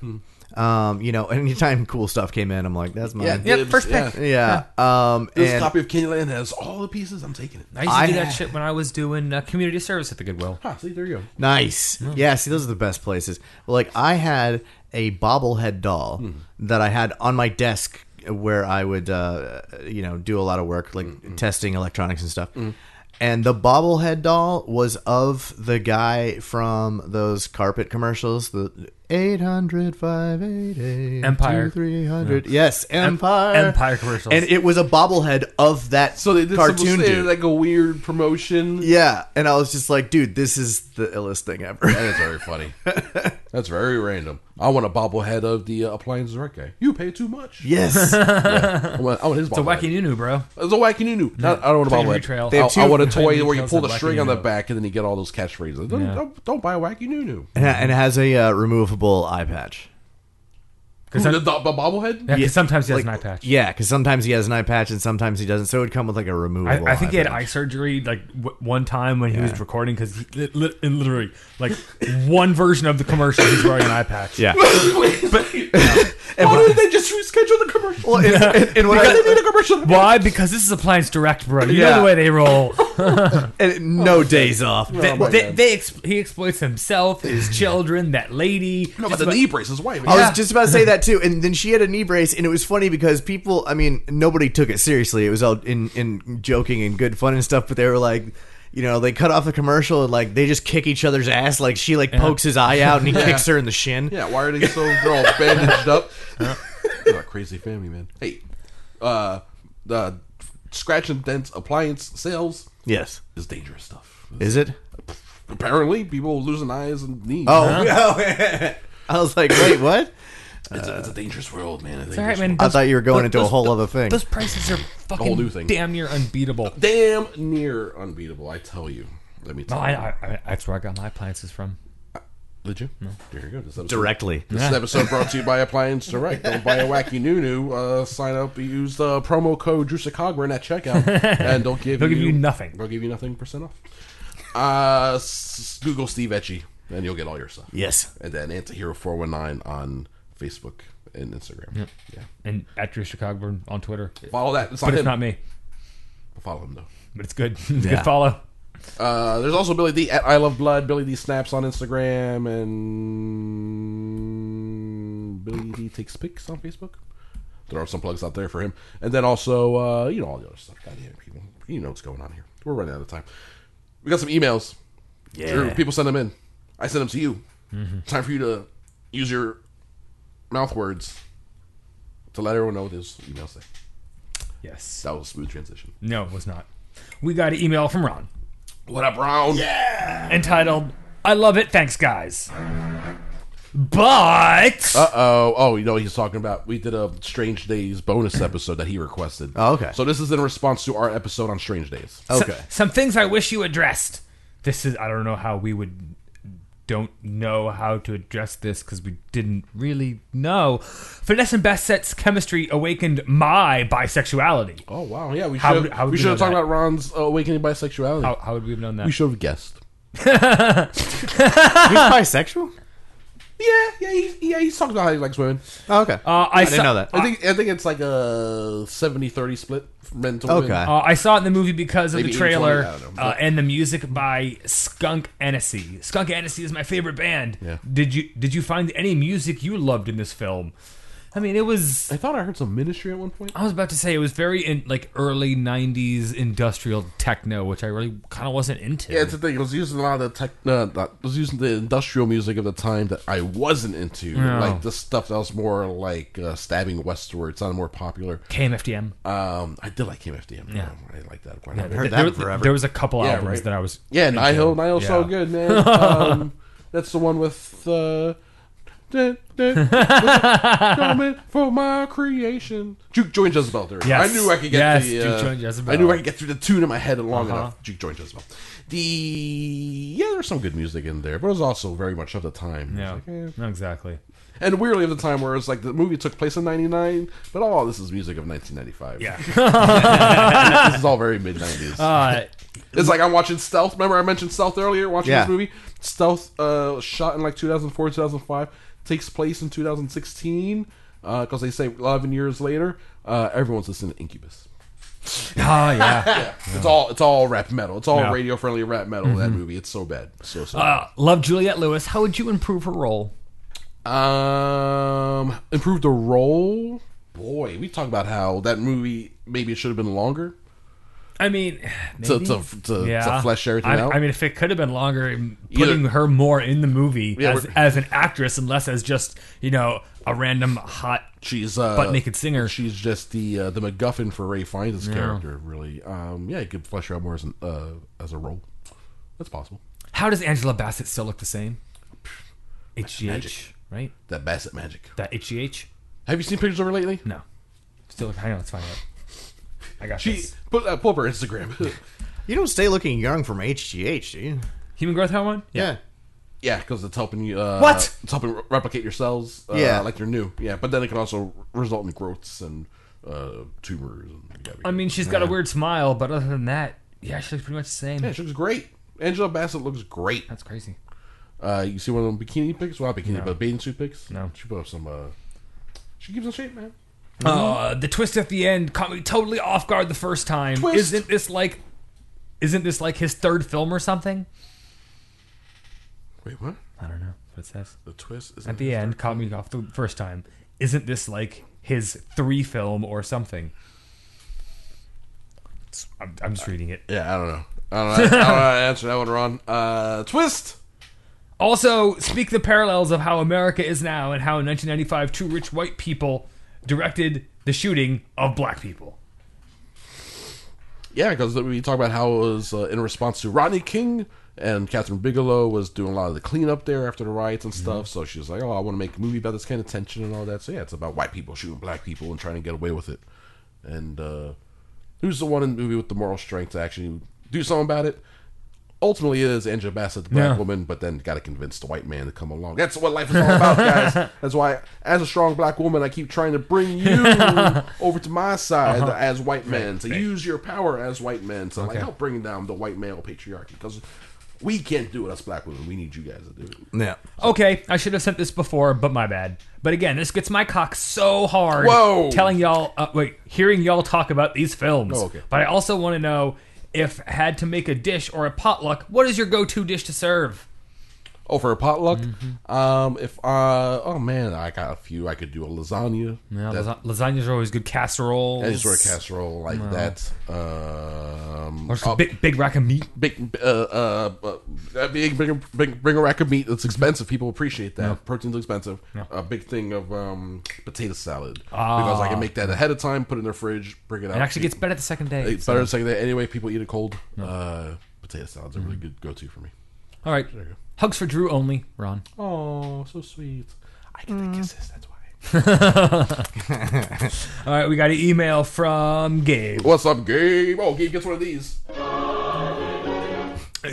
um, you know, anytime cool stuff came in, I'm like, that's mine.
Hmm. Yeah,
Yeah.
dibs,
first
yeah.
Um,
This
and
copy of Candyland has all the pieces. I'm taking it.
I used to
I-
do that shit when I was doing uh, community service at the Goodwill.
Ah, see, there you go.
nice. Yeah. See, those are the best places. Like I had a bobblehead doll
Hmm.
that I had on my desk where I would, uh, you know, do a lot of work, like
Hmm,
testing electronics and stuff. And the bobblehead doll was of the guy from those carpet commercials, the 800 588
Empire.
300. Yes, Empire.
Empire commercials.
And it was a bobblehead of that
So they did
cartoon
some,
dude.
like a weird promotion.
yeah, and I was just like, dude, this is the illest thing ever.
That is very funny. That's very random. I want a bobblehead of the uh, appliance direct guy. You pay too much.
Yes.
I, want, I want his bobblehead.
It's a wacky nunu, bro.
It's a wacky new new. Not, I don't want a
Plain
bobblehead.
retrail. They
I,
have
I
two-
want a
plain
toy where you
retrails
pull the
and wacky
string on the
new-new.
back and then you get all those catchphrases. Don't,
Yeah.
don't, don't buy a wacky new new.
and, it- and it has a uh, removable eye patch.
Is that the, the bobblehead?
Yeah, 'cause
Yeah,
sometimes he has
like,
an eye patch.
Yeah, because sometimes he has an eye patch and sometimes he doesn't. So it would come with like a removable.
I, I think he had
patch.
eye surgery like w- one time when he was recording because li- li- and literally like one version of the commercial he's wearing an eye patch.
Yeah.
Why did they just reschedule the commercial?
Well, and, and, and when I-
Why did they need a commercial?
Why? Because this is Appliance Direct, bro. You know
Yeah.
the way they roll.
and
Oh,
no days off.
They,
my
they,
God.
they expl- he exploits himself, his children, that lady.
No, but
Just
the
about-
knee brace is white.
I was just about to say that too, and then she had a knee brace, and it was funny because people, I mean, nobody took it seriously. It was all in in joking and good fun and stuff, but they were like, you know, they cut off the commercial and like they just kick each other's ass. Like she like pokes his eye out and he kicks her in the shin.
Yeah, why are they so they're all bandaged up? They're a crazy family, man. Hey, uh, uh, scratch and dent appliance sales
Yes,
is dangerous stuff.
is it?
Apparently, people losing eyes and knees.
Oh, I was like, wait, what?
it's, a, it's a dangerous world, man. It's
All right, man.
I
Those-
thought you were going into a
those-
whole other thing.
Those prices are fucking
new thing.
damn near unbeatable.
Damn near unbeatable, I tell you. Let me
No,
tell
I,
you.
I, I, that's where I got my appliances from.
Did you? No. There you go. This episode,
Directly.
This episode brought to you by Appliance Direct. Don't buy a wacky nunu. Uh, sign up. Use the promo code Drusicogran at checkout, and don't give
They'll
you,
give you nothing.
They'll give you nothing percent off. Uh, s- Google Steve Etchy, and you'll get all your stuff.
Yes.
And then Antihero four one nine on Facebook and Instagram. Yeah.
And at Drew Cogburn on Twitter.
Follow that. It's not
But it's
him.
not me.
Follow him though.
But it's good. It's a
Yeah.
good follow.
Uh, there's also Billy D at I Love Blood, Billy D Snaps on Instagram, and Billy D Takes Pics on Facebook. There are some plugs out there for him. And then also, uh, you know, all the other stuff. Goddamn people. You know what's going on here. We're running out of time. We got some emails.
Yeah.
Drew, people send them in. I send them to you. Time for you to use your mouth words to let everyone know what those emails say.
Yes.
That was a smooth transition.
No, it was not. We got an email from Ron
What up, Brown?
entitled, I love it, thanks guys. But
Uh oh. Oh, you know he's talking about. We did a Strange Days bonus episode that he requested.
Oh, okay. Oh.
So this is in response to our episode on Strange Days.
So-
Okay.
some things I wish you addressed. This is I don't know how we would don't know how to address this because we didn't really know. Finesse and Bassett's chemistry awakened my bisexuality.
Oh wow. Yeah, we
How
should.
would- how would
we
we
should
know
have talked
that?
about Ron's uh, awakening bisexuality.
How, how would we have known that?
We should have guessed.
He's bisexual?
Yeah, yeah, he, yeah. He's talking about how he likes women.
Oh, okay.
uh, I,
didn't
saw,
know that.
I think. I think it's like a 70-30 split men to women.
Okay.
Uh, I saw it in the movie because of
Maybe
the trailer
80/20, I don't know.
uh, and the music by Skunk Anansie. Skunk Anansie is my favorite band.
Yeah.
Did you did you find any music you loved in this film? I mean, it was
I thought I heard some Ministry at one point.
I was about to say it was very in like early '90s industrial techno, which I really kind of wasn't into.
Yeah, it's the thing. It was using a lot of the tech. Uh, not- it was using the industrial music of the time that I wasn't into, like the stuff that was more like uh, stabbing westward. It sounded more popular.
KMFDM.
Um, I did like KMFDM. Yeah. I like that quite a bit.
heard
there,
that forever.
there was a couple
Yeah,
albums
right.
that I was.
Yeah, Nihil, Nihil's so
Yeah.
good, man. Um, that's the one with. Uh, dun, coming for my creation. Juke joined Jezebel there.
Yes.
I knew I could get
Yes,
the.
Juke
uh,
joined Jezebel.
I knew I could get through the tune in my head long
Uh-huh.
enough. Juke joined Jezebel. The yeah, there's some good music in there, but it was also very much of the time. It was
Yeah,
like, eh.
no, exactly.
and weirdly of the time where it's like the movie took place in '99, but all this is music of 1995.
Yeah.
this is all very mid '90s.
Uh,
It's like I'm watching Stealth. Remember I mentioned Stealth earlier. Watching
Yeah.
this movie, Stealth, uh, shot in like 2004, 2005, takes place in 2016 because uh, they say 11 years later. Uh, everyone's listening to Incubus.
oh yeah.
It's all it's all rap metal. It's all
Yeah.
radio friendly rap metal. That movie. It's so bad. So so.
Uh, love Juliette Lewis. How would you improve her role?
bad. Uh, um, improve the role. Boy, we talk about how that movie maybe it should have been longer
I mean,
to
maybe?
to, to, to flesh everything
I,
out.
I mean, if it could have been longer, putting
Either-
her more in the movie
Yeah,
as,
we're-
as an actress, and less as just you know a random hot
She's uh,
butt naked singer.
She's just the uh, the MacGuffin for Ray Fiennes' character, really. Um, yeah, you could flesh her out more as an uh, as a role. That's possible.
How does Angela Bassett still look the same? HGH, right?
That Bassett magic.
That HGH?
Have you seen pictures of her lately?
No, still look. Hang on, let's find out. I got
She
this.
put uh, pull up her Instagram.
You don't stay looking young from HGH, do you?
Human growth hormone.
Yeah.
yeah, because it's helping you. Uh,
What?
It's helping re- replicate your cells. Uh,
Yeah.
like they're new. Yeah, but then it can also result in growths and uh, tumors. And yeah,
I mean, she's got a weird smile, but other than that, yeah, she looks pretty much the same.
yeah, she looks great. Angela Bassett looks great.
That's crazy.
Uh, you see one of them bikini pics? Well, not bikini, but bathing suit pics.
No.
she put up some. Uh, she keeps in shape, man.
Uh, the twist at the end caught me totally off guard the first time.
Twist.
Isn't this like, isn't this like his third film or something?
Wait, what?
I don't know what it says.
The twist is
At the end, caught me off the first time. Isn't this like his three film or something? It's- I'm, I'm just reading it.
Yeah, I don't know. I don't know. I don't know how to answer that one, Ron. Uh, twist.
Also, speak the parallels of how America is now and how in 1995 two rich white people directed the shooting of black people.
Yeah, because we talk about how it was uh, in response to Rodney King and Catherine Bigelow was doing a lot of the cleanup there after the riots and stuff. So she was like, "Oh, I want to make a movie about this kind of tension and all that." So yeah, it's about white people shooting black people and trying to get away with it. And uh, who's the one in the movie with the moral strength to actually do something about it? Ultimately, it is Angela Bassett, the black
Yeah.
woman, but then got to convince the white man to come along. That's what life is all about, guys. That's why, as a strong black woman, I keep trying to bring you over to my side
Uh-huh.
as white men to use your power as white men to like help bring down the white male patriarchy because we can't do it as black women. We need you guys to do it.
Yeah.
Okay, I should have sent this before, but my bad. But again, this gets my cock so hard.
Whoa.
Telling y'all, uh, wait, hearing y'all talk about these films.
Oh, okay.
But I also want to know if had to make a dish or a potluck, what is your go-to dish to serve?
Oh, for a potluck,
Mm-hmm.
um, if uh, oh man, I got a few. I could do a lasagna.
Yeah,
That-
lasa- lasagnas are always good. Casseroles.
any sort of casserole like that. Um,
Or just
uh,
big, big rack of meat.
big, uh, uh, uh, big, big, big, bring a rack of meat that's expensive. People appreciate that. Protein's expensive. A big thing of um, potato salad because I can make that ahead of time, put it in the fridge, bring Ah. it out.
It actually gets
People-
better the second day.
Oh. It's better saying that anyway. People eat it cold. Uh, potato salad's a really good go-to for me.
All right.
you go.
Hugs for Drew only, Ron.
Oh, so sweet. I get the kisses. That's why.
All right, we got an email from Gabe.
What's up, Gabe? Oh, Gabe gets one of these.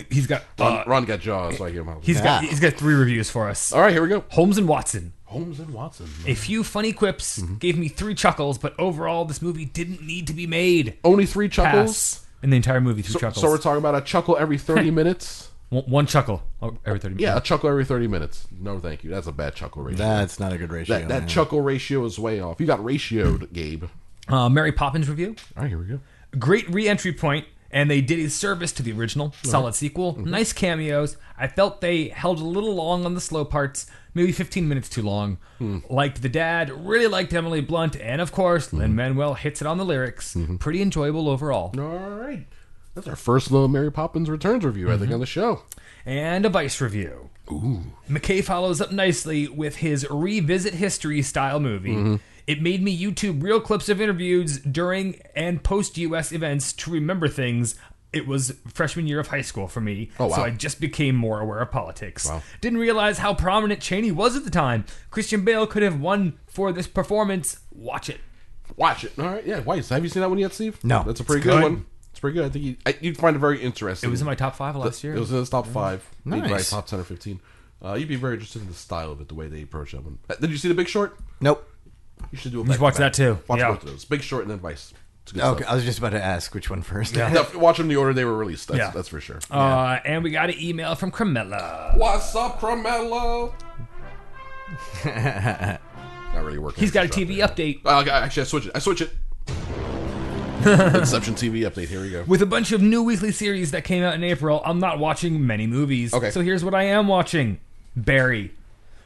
He's got
Ron,
uh,
Ron got jaws, so I gave him. out.
he's got
Yeah.
he's got three reviews for us.
All right, here we go.
Holmes and Watson.
Holmes and Watson.
A few funny quips
Mm-hmm.
gave me three chuckles, but overall, this movie didn't need to be made.
Only three chuckles.
Pass. In the entire movie, two
So,
chuckles.
so we're talking about a chuckle every 30 minutes?
one, one chuckle Oh, every 30 minutes.
Yeah, a chuckle every 30 minutes. No, thank you. That's a bad chuckle ratio. That,
That's not a good ratio.
that,
yeah.
chuckle ratio is way off. You got ratioed, Gabe.
Uh, Mary Poppins review.
All right, here we go.
Great re entry point, and they did a service to the original. Solid sequel. Nice cameos. I felt they held a little long on the slow parts, maybe 15 minutes too long. Liked the dad, really liked Emily Blunt, and of course, Lin Manuel hits it on the lyrics. Pretty enjoyable overall.
All right. That's our first little Mary Poppins Returns review, I think, on the show.
and a Vice review. McKay follows up nicely with his revisit history style movie.
Mm-hmm.
It made me YouTube real clips of interviews during and post US events to remember things it was freshman year of high school for me,
Oh, wow.
so I just became more aware of politics.
Wow.
Didn't realize how prominent Cheney was at the time. Christian Bale could have won for this performance. Watch it.
Watch it. All right, yeah. Why have you seen that one yet, Steve?
No.
that's a pretty
It's
good,
good.
one. It's pretty good. I think you, I, you'd find it very interesting.
It was in my top five last year.
It was in his top five. Maybe
Nice.
my top ten or fifteen. Uh, you'd be very interested in the style of it, the way they approach that one. Uh, Did you see the Big Short?
Nope.
You should do. A
should watch
back-to-back.
that too.
Watch
Yeah.
both of those. Big Short and then Vice. It's good
Okay,
stuff.
I was just about to ask which one first.
No, if you watch them in the order they were released. That's,
Yeah.
that's for sure.
uh, and we got an email from Cremella.
What's up, Carmelo? Not really working.
He's got a TV update
Uh, I- actually, I switch it. I switch it. Inception TV update. Here we go.
with a bunch of new weekly series that came out in April. I'm not watching many movies.
Okay.
So here's what I am watching Barry.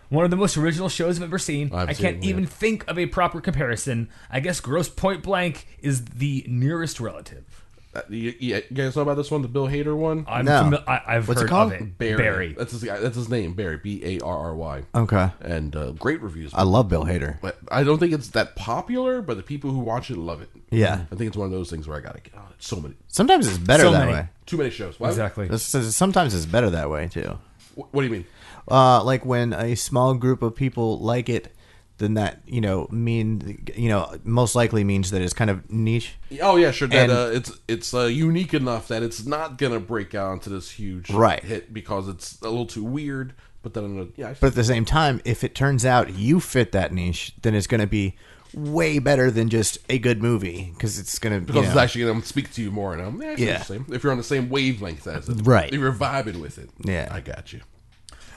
One of the most original shows I've ever seen.
I've
I
seen
can't
it, yeah.
even think of a proper comparison. I guess Gross Point Blank is the nearest relative.
Uh, you, you guys know about this one, the Bill Hader one.
I'm
No.
fami- I, I've
What's it
heard
called?
of it. Uh, Barry.
That's his. guy- That's his name. Barry. B A R R Y.
Okay.
And uh, great reviews.
I love Bill Hader.
but I don't think it's that popular, but the people who watch it love it.
Yeah.
I think it's one of those things where I gotta get oh, it's so many,
Sometimes it's better
So
that
many.
way.
too many shows. Why-
Exactly.
This is- Sometimes it's better that way too.
What, what do you mean?
Uh, like when a small group of people like it, then that you know mean you know most likely means that it's kind of niche.
Oh yeah, sure. That
And-
uh, it's it's uh, unique enough that it's not gonna break out into this huge
Right.
hit because it's a little too weird. But then uh, yeah, I-
But at the same time, if it turns out you fit that niche, then it's going to be way better than just a good movie because it's going to
because it's actually gonna speak to you more. And I'm eh, it's
Yeah.
interesting. If you're on the same wavelength as it,
Right.
If you're vibing with it,
Yeah.
I got you.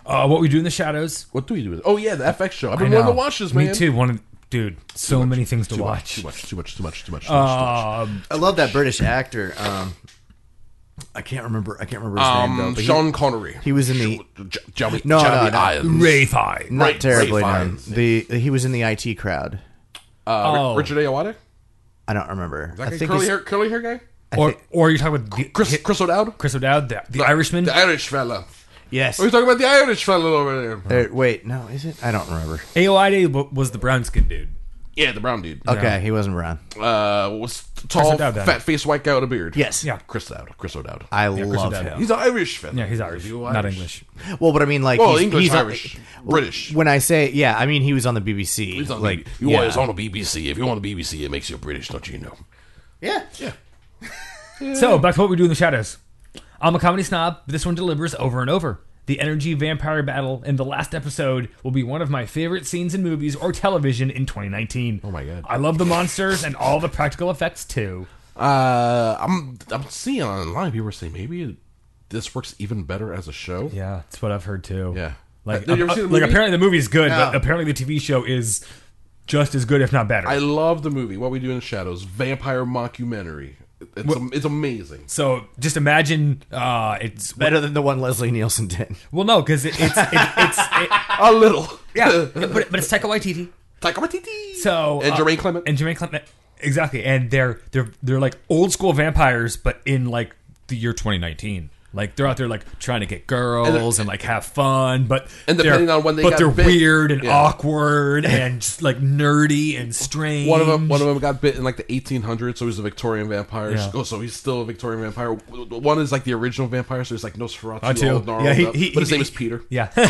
Uh, what we do in the shadows.
What do we do with it? Oh yeah, the FX show. I've
I
been wanting to
know.
watch this, man.
Me too. One of, dude, so many things to
Too
watch.
Much, too much, too much, too much, too much, too much.
I love that British actor. Um, I can't remember. I can't remember his
Um,
name though. Oh, but he-
Sean Connery.
he was in the-
J- Johnny,
No,
Johnny
no, no.
Irons.
Rayfi.
not
Ray-
terribly
Ray
known.
Fiennes.
The he was in the IT crowd.
Uh, Ri-
Oh.
Richard Ayoade.
I don't remember.
That guy,
I think
curly
he's-
hair, curly hair guy.
Or, or you're talking about the,
Chris,
hit-
Chris O'Dowd.
Chris O'Dowd, the, the Irishman.
The Irish fella.
yes.
Are you Oh, talking about the Irish fella over there?
There- wait, no, is it? I don't remember.
AOID w- was the brown skin dude.
Yeah, the brown dude.
Okay, he wasn't brown.
Uh, was tall,
O'Dowd, then.
fat faced white guy with a beard.
Yes.
Yeah.
Chris O'Dowd. Chris O'Dowd.
I
Chris
love
O'Dowd.
him.
He's an Irish fella.
Yeah, he's Irish,
You
not English.
Well, but I mean, like,
Well,
he's,
English,
he's on-
Irish, British.
when I say, yeah, I mean, he was on the BBC.
He's on
like,
like, you
yeah.
always on the BBC. If you're on the BBC, it makes you British, don't you know?
yeah,
So back to what we do in the shadows. I'm a comedy snob, but this one delivers over and over. The energy vampire battle in the last episode will be one of my favorite scenes in movies or television in 2019. Oh
my God.
I love the monsters and all the practical effects too.
Uh, I'm I'm seeing online people are saying maybe this works even better as a show.
Yeah, that's what I've heard too.
Yeah.
Like,
Have you ever
uh,
seen the
like
movie?
apparently the movie's good, but
No.
apparently the TV show is just as good, if not better.
I love the movie What We Do in the Shadows, vampire mockumentary. It's am- it's amazing.
so just imagine uh, it's
better than the one Leslie Nielsen did.
well, no, because it, it's it, it's it,
A little,
yeah, but, but it's Taika Waititi.
Taika Waititi.
So
and
uh,
Jermaine Clement.
and Jermaine Clement exactly, and they're they're they're like old school vampires, but in like the year 2019. Like they're out there like trying to get girls and, like have fun, but
And
they're-
depending on when they
but
got
they're
bit.
weird and
Yeah.
awkward and just like nerdy and strange.
one of them, one of them got bit in like the 1800s, so he's a Victorian vampire.
Yeah.
Oh, so he's still a Victorian vampire. One is like the original vampire, so he's like Nosferatu,
Uh, too.
all gnarled
Yeah, he-
up.
he-
but his
he-
name is Peter.
yeah, he,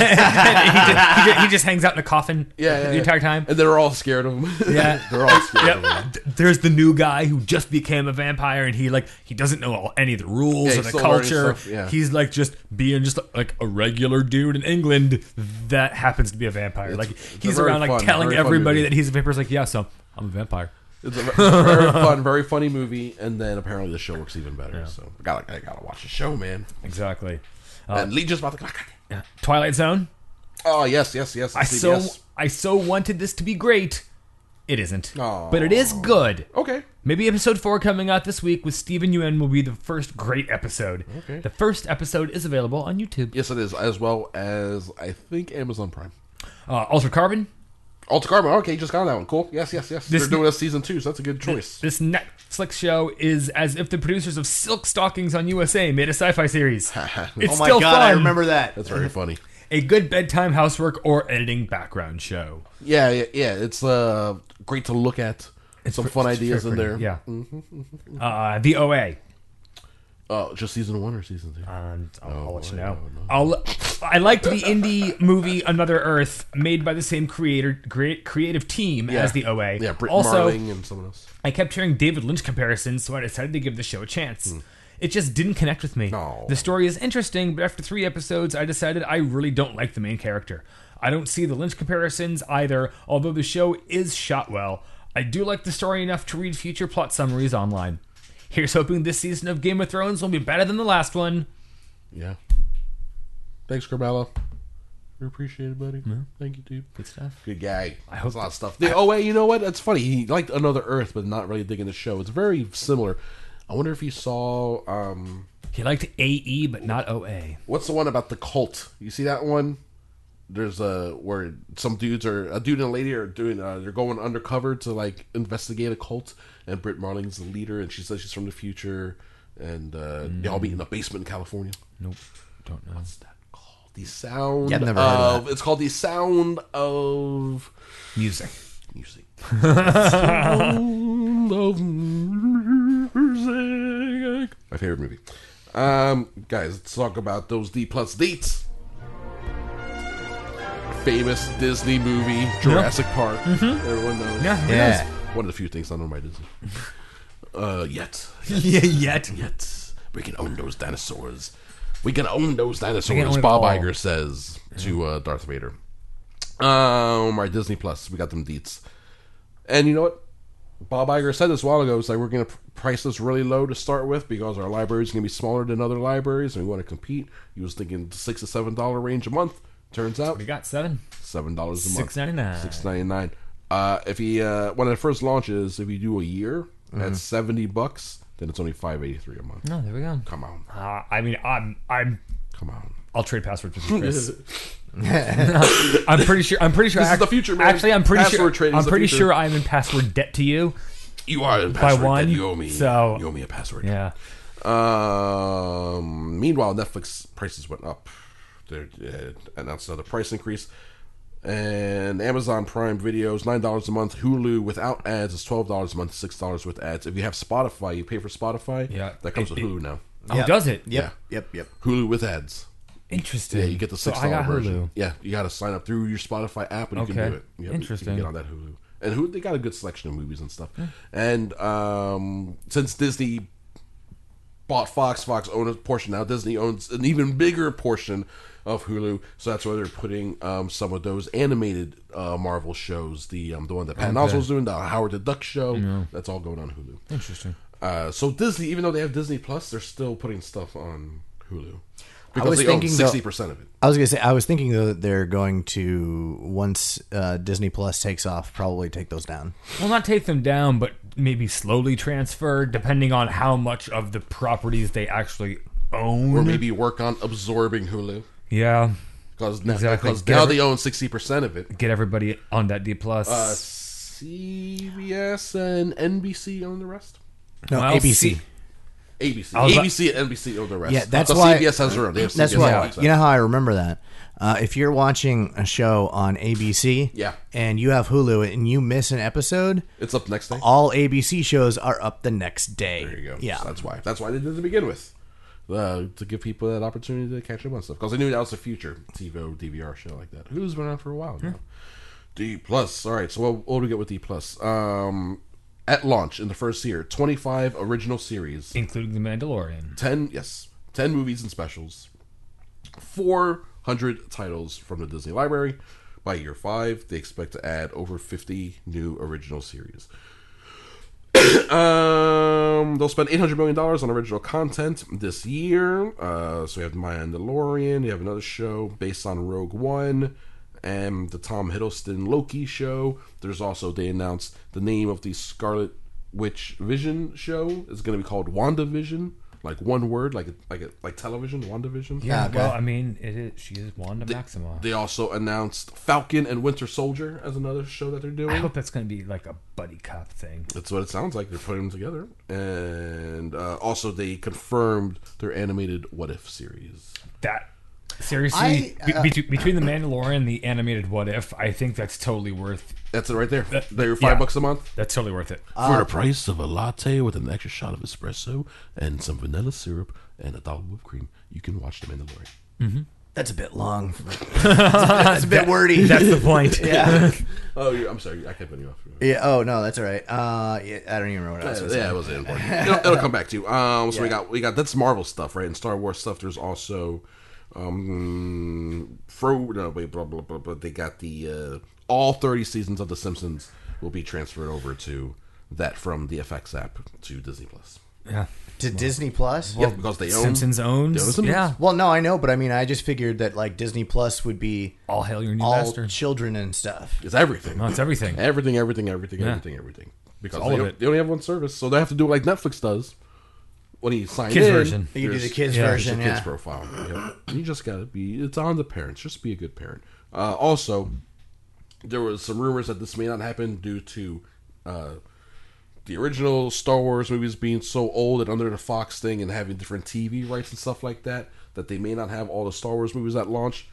just, he, just, he just hangs out in a coffin
Yeah, yeah,
the
yeah.
entire time.
and they're all scared of him.
Yeah.
they're all scared of him.
Yep. Th- There's the new guy who just became a vampire, and he like he doesn't know all, any of the rules
Yeah,
or
he's
the
still learning
culture.
stuff, yeah.
He's like just being just like a regular dude in England that happens to be a vampire. like he's
very
around like
fun-
telling
very fun
everybody
movie.
that he's a vampire. He's like, yeah, so I'm a vampire.
It's a ve- very fun, very funny movie, and then apparently the show works even better. So I gotta, I gotta watch the show, man.
Exactly. Uh,
and Legion's about to come.
Yeah. Twilight Zone.
Oh yes, yes, yes.
I so
CBS.
I so wanted this to be great. It isn't,
Aw.
but it is good.
okay.
Maybe episode four coming out this week with Steven Yuen will be the first great episode.
Okay.
The first episode is available on YouTube.
Yes, it is, as well as I think Amazon Prime.
Uh, Ultra Carbon.
Alter Carbon. Okay, just got on that one. Cool. Yes, yes, yes.
This-
They're doing a season two, so that's a good choice.
This Netflix show is as if the producers of Silk Stockings on USA made a sci-fi series. it's
Oh my
still
god,
fun.
I remember that.
That's very funny.
a good bedtime housework or editing background show.
Yeah, yeah, yeah. It's uh great to look at. Some fun ideas in there.
Yeah. Uh, the OA.
Uh, Uh, just season one or season two?
Um, I'll, I'll let you
boy,
know. I'll, I liked the indie movie Another Earth, made by the same creator, create, creative team as the OA.
Yeah, Britt
also,
Marling and someone else.
I kept hearing David Lynch comparisons, so I decided to give the show a chance. It just didn't connect with me.
No.
The story is interesting, but after three episodes, I decided I really don't like the main character. I don't see the Lynch comparisons either, although the show is shot well. I do like the story enough to read future plot summaries online. Here's hoping this season of Game of Thrones will be better than the last one.
Yeah. Thanks, Carmelo. We appreciate it, buddy. Thank you, dude.
Good stuff.
Good gag. I
hope
a lot of stuff. The, oh wait, you know what? That's funny. He liked Another Earth, but not really digging the show. It's very similar. I wonder if he saw um,
He liked AE, but not OA.
what's the one about the cult? You see that one? There's a where some dudes are a dude and a lady are doing uh, they're going undercover to like investigate a cult, and Britt Marling's the leader, and she says she's from the future, and uh, they all meet in a basement in California.
Nope. Don't know.
What's that called? The sound.
Yeah, I've never heard
of,
of
It's called the sound of
Music.
music. sound of music. My favorite movie. Um, guys, let's talk about those D plus dates. Famous Disney movie Jurassic Park. Everyone knows.
Yeah.
Yeah.
One of the few things I know by Disney. Uh, yet,
yeah, yet.
yet we can own those dinosaurs. We can own those dinosaurs.
own it
Bob
all.
Iger says to uh, Darth Vader. Um, our Disney Plus, we got them deets. And you know what? Bob Iger said this a while ago. It's like we're going to price this really low to start with because our library's going to be smaller than other libraries, and we want to compete. He was thinking six to seven dollar range a month. Turns out
We got seven.
seven dollars a month.
$6.99.
Six ninety nine. Uh, if he uh, when it first launches, if you do a year
Mm-hmm.
at seventy bucks, then it's only five eighty three a month.
Oh, there we go.
Come on,
Uh, I mean, I'm, I'm,
come on.
I'll trade passwords with you, Chris. I'm pretty sure. I'm pretty sure.
This is
act-
the future, man.
Actually, I'm pretty
Password
sure.
trading is
I'm
the
pretty
future.
sure I'm in password debt to you.
You are a password debt.
one,
You owe me.
so-
you owe me a password.
Yeah.
Um. Meanwhile, Netflix prices went up. They uh, announced another price increase, and Amazon Prime Videos nine dollars a month. Hulu without ads is twelve dollars a month. Six dollars with ads. If you have Spotify, you pay for Spotify.
Yeah.
that comes with
It- it-
Hulu now.
Oh, does it?
Yep, yep, yep.
Hulu with ads.
Interesting.
Yeah, you get the
So
six
I
dollar
got
version.
Hulu.
Yeah, you got to sign up through your Spotify app, and you can
Okay.
do it. Yeah,
Interesting.
You can get on that Hulu, and who they got a good selection of movies and stuff. And um, since Disney bought Fox, Fox owns a portion now. Disney owns an even bigger portion of Hulu, so that's why they're putting um, some of those animated uh, Marvel shows. The um, the one that Patton Oswalt's doing, the Howard the Duck show. That's all going on Hulu.
Interesting.
Uh, so Disney, even though they have Disney Plus, they're still putting stuff on Hulu because
I was
they own
thinking though-
sixty percent of it.
I was gonna say I was thinking though that they're going to once uh, Disney Plus takes off, probably take those down.
Well, not take them down, but maybe slowly transfer, depending on how much of the properties they actually own.
or
Mm-hmm.
maybe work on absorbing Hulu
yeah.
because now,
Exactly.
because now
Get it.
they own sixty percent of it.
Get everybody on that D plus.
Uh, CBS and NBC own the rest.
No,
Well,
ABC.
see-
ABC,
was about-
ABC, and NBC own the rest.
Yeah, that's
But
why-
CBS has their own. They have
That's
CBS
why
Fox.
you know how I remember that. Uh, if you're watching a show on ABC,
Yeah.
and you have Hulu and you miss an episode,
It's up next day.
all ABC shows are up the next day.
There you go.
Yeah,
So that's why. That's why they did it to begin with, uh, to give people that opportunity to catch up on stuff because they knew that was the future TiVo DVR show like that. Who's been around for a while now? D plus. All right. So what, what do we get with D plus? Um, at launch in the first year, twenty five original series.
including the Mandalorian.
10 yes 10 movies and specials 400 titles from the disney library by year five they expect to add over 50 new original series um they'll spend 800 million dollars on original content this year uh so we have my mandalorian we have another show based on rogue one and the tom hiddleston loki show there's also they announced the name of the scarlet witch vision show is going to be called wandavision like one word like a, like a, like television wandavision
Yeah. Well, I mean, it is. She is Wanda Maximoff.
they also announced falcon and winter soldier as another show that they're
I
doing
hope that's going to be like a buddy cop thing.
That's what it sounds like. They're putting them together, and uh, also they confirmed their animated "What If" series.
that seriously
I,
be-
uh,
between- between the Mandalorian and the animated What If, I think that's totally worth
That's it right there. They're five
yeah.
bucks a month
that's totally worth it.
for the price of a latte with an extra shot of espresso and some vanilla syrup and a dollop of whipped cream, you can watch The Mandalorian.
That's a bit long. That's a bit wordy.
That's the point.
yeah.
Oh, you're, I'm sorry, I kept cutting you off.
yeah. Oh no, that's all right. Uh, yeah, I don't even remember what
Yeah,
I was. gonna say.
yeah, it wasn't important. It'll, it'll come back to you. Um, so we got we got that's Marvel stuff, right? And Star Wars stuff. There's also, um, Fro. No, wait, blah blah blah. blah. They got the uh, all 30 seasons of The Simpsons will be transferred over to that from the FX app to Disney Plus.
yeah.
To Disney Plus.
Yep, because they own
Simpsons
they own
owns.
Simpsons.
Yeah.
Well, no, I know, but I mean, I just figured that like Disney Plus would be
All hail your new
all
master.
children and stuff.
It's everything.
No, it's everything.
Everything, everything, everything,
Yeah.
everything, everything. Because
all
they,
of
don't-
it.
they only have one service, so they have to do it like Netflix does. When you sign
Kids
in,
version.
You could do the
there's-
kids
Yeah,
there's
version.
a
Yeah.
kids profile. Yep. You just gotta be. It's on the parents. Just be a good parent. Uh, also, there was some rumors that this may not happen due to uh, the original Star Wars movies being so old and under the Fox thing and having different TV rights and stuff like that. That they may not have all the Star Wars movies at launch.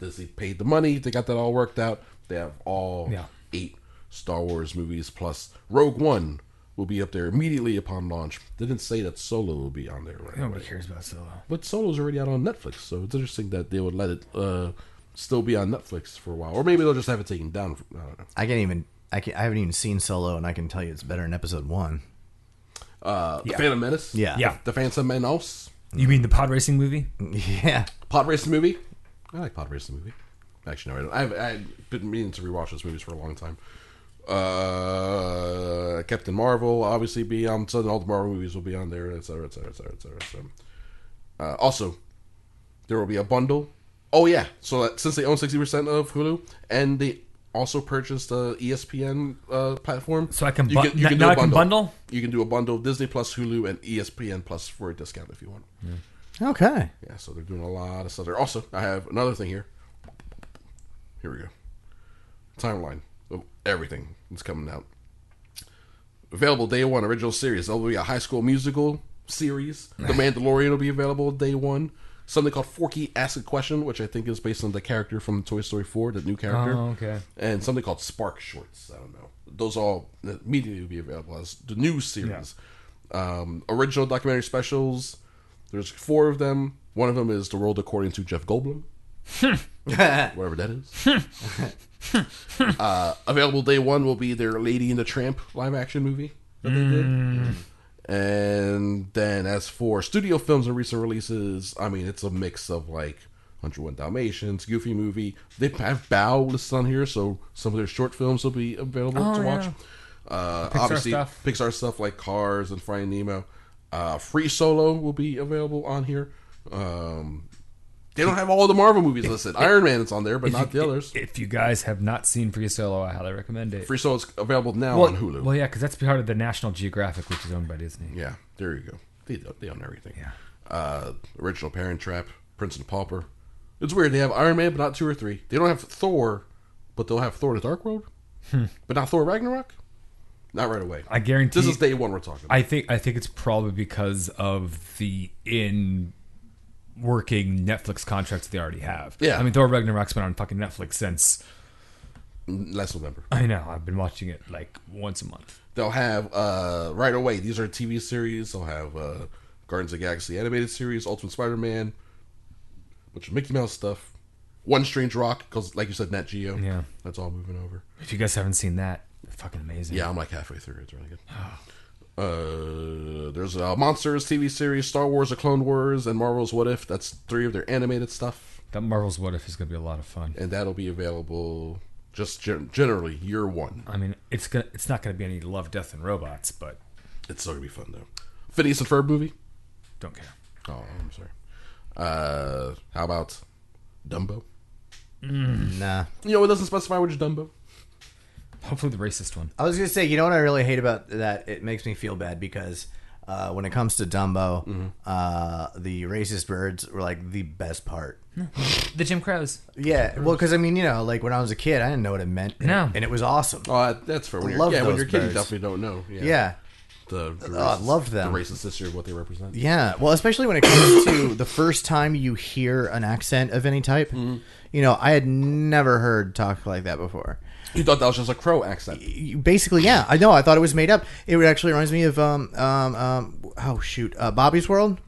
Disney paid the money. They got that all worked out. They have all
Yeah.
eight Star Wars movies plus Rogue One will be up there immediately upon launch. They didn't say that Solo will be on there right away.
Nobody cares about Solo.
But Solo's already out on Netflix, so it's interesting that they would let it uh, still be on Netflix for a while, or maybe they'll just have it taken down. I don't know.
I can't even. I can. I haven't even seen Solo, and I can tell you it's better in Episode One.
Uh, The Phantom Menace,
Yeah.
Yeah.
The Phantom Menace,
You mean the pod racing movie?
Mm-hmm.
Yeah.
pod racing movie. I like pod racing movie. Actually, no, I don't. I've, I've been meaning to rewatch those movies for a long time. Uh, Captain Marvel, obviously, be on. So then all the Marvel movies will be on there, et cetera, et cetera, et cetera, et cetera. et cetera. Uh, also, there will be a bundle. Oh yeah, so that, since they own sixty percent of Hulu, and they also purchased the E ESPN uh, platform,
So I can
you
bu-
you
now-
do
now
a
I can bundle?
You can do a bundle: Disney Plus, Hulu, and E ESPN Plus for a discount if you want.
Okay.
Yeah, so they're doing a lot of stuff there. Also, I have another thing here. Here we go. Timeline of everything that's coming out. Available day one, original series. There'll be a high school musical series. The Mandalorian will be available day one. Something called Forky Ask a Question, which I think is based on the character from Toy Story 4, the new character.
Oh, okay.
And something called Spark Shorts. I don't know. Those all immediately will be available as the new series. Um, original documentary specials. There's four of them. One of them is The World According to Jeff Goldblum, whatever that is. uh, available day one will be their Lady and the Tramp live action movie that Mm. they did. And then as for studio films and recent releases, I mean, it's a mix of like 101 Dalmatians, Goofy Movie. They have Bow listed on here, so some of their short films will be available to watch. Uh, obviously,
stuff.
Oh, Pixar stuff like Cars and Finding Nemo. Uh, Free Solo will be available on here. Um, they don't have all the Marvel movies listed. Iron Man is on there, but not the others.
If you guys have not seen Free Solo, I highly recommend it.
Free Solo is available now
well,
on Hulu.
Well, yeah, because that's part of the National Geographic, which is owned by Disney.
yeah, there you go. They do- they own everything.
Yeah.
Uh, original Parent Trap, Prince and Pauper. It's weird they have Iron Man, but not two or three. They don't have Thor, but they'll have Thor: The Dark World, but not Thor: Ragnarok. Not right away.
Hmm. I guarantee-
This is day one we're talking. about.
I think I think it's probably because of the in working Netflix contracts they already have.
Yeah.
I mean Thor Ragnarok's been on fucking Netflix since
Last November.
I know, I've been watching it like once a month.
They'll have uh, right away. These are TV series. They'll have uh, Guardians of the Galaxy animated series, Ultimate Spider-Man, which is Mickey Mouse stuff. One Strange Rock, because like you said, Nat Geo.
Yeah.
that's all moving over.
If you guys haven't seen that, fucking amazing.
Yeah, I'm like halfway through. It's really good. Uh, there's a Monsters TV series, Star Wars, The Clone Wars, and Marvel's What If. That's three of their animated stuff,
That Marvel's What If is gonna be a lot of fun.
and that'll be available just gen- generally year one.
I mean, it's gonna it's not gonna be any Love, Death, and Robots, but
It's still gonna be fun though. Phineas and Ferb movie.
don't care.
Oh, I'm sorry. Uh, how about Dumbo?
Nah.
You know, it doesn't specify which Dumbo.
Hopefully the racist one.
I was gonna say, you know what I really hate about that? It makes me feel bad because uh, when it comes to Dumbo, uh, the racist birds were like the best part.
The Jim Crows.
Yeah, well, because I mean, you know, like when I was a kid, I didn't know what it meant. and-
No.
and it was awesome.
Oh, that- that's fair. When you're,
Love
yeah, when
those
you're a kid, you
birds.
definitely don't know. Yeah.
Yeah,
the, the
Oh, I
racist-
loved them.
The racist history of what they represent.
Yeah, well, especially when it comes to the first time you hear an accent of any type. You know, I had never heard talk like that before.
You thought that was just a crow accent.
You- Basically, yeah, I know. I thought it was made up. It would actually reminds me of um um, um oh shoot, uh, Bobby's World.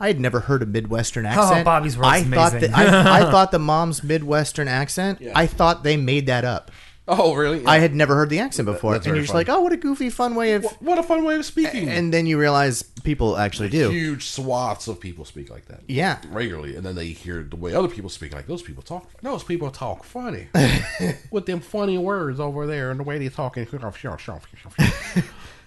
I had never heard a Midwestern accent.
Bobby's World's
I thought
amazing.
that I, I thought the mom's Midwestern accent. I thought they made that up.
Oh, really? Yeah.
I had never heard the accent before,
that's
and
very
you're just
funny.
like, oh, what a goofy, fun way of.
Wh- what a fun way of speaking.
And then you realize people actually do.
huge swaths of people speak like that.
Yeah.
Regularly. And then they hear the way other people speak, like those people talk. Those people talk funny. With them funny words over there and the way they talk. And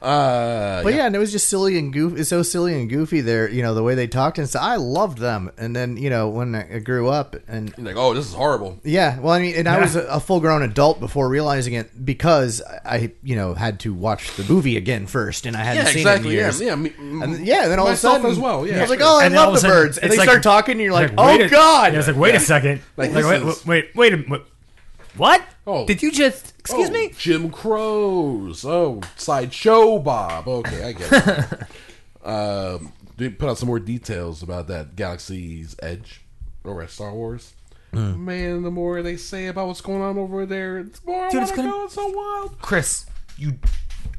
uh,
But yeah. and it was just silly and goofy. It's so silly and goofy there, you know, the way they talked and stuff. I loved them. And then, you know, when I grew up and
Like, oh, this is horrible.
yeah, well, I mean, and I was a, a full grown adult before realizing it because I, you know, had to watch the movie again first and I hadn't
Yeah,
seen
exactly.
it in
Yeah,
years.
yeah. me-
And then- yeah, then all of a
Myself
sudden,
as well, yeah.
I was like, "Oh, I
And then all
love
of
the
a sudden,
birds," and
it's
they
like-
start talking, and you're like,
wait
"Oh
a-
God!"
Yeah, it's like, wait a second.
Like,
Like,
this
wait,
is-
wait, wait, a- wait, what?
Oh.
Did you just? Excuse
Oh,
me.
Jim Crows. Oh, sideshow Bob. Okay, I get it. um, they put out some more details about that Galaxy's Edge over at Star Wars.
Hmm.
Man, the more they say about what's going on over there, the more
Dude,
I want
it's
to
gonna-
go. It's so wild.
Chris, you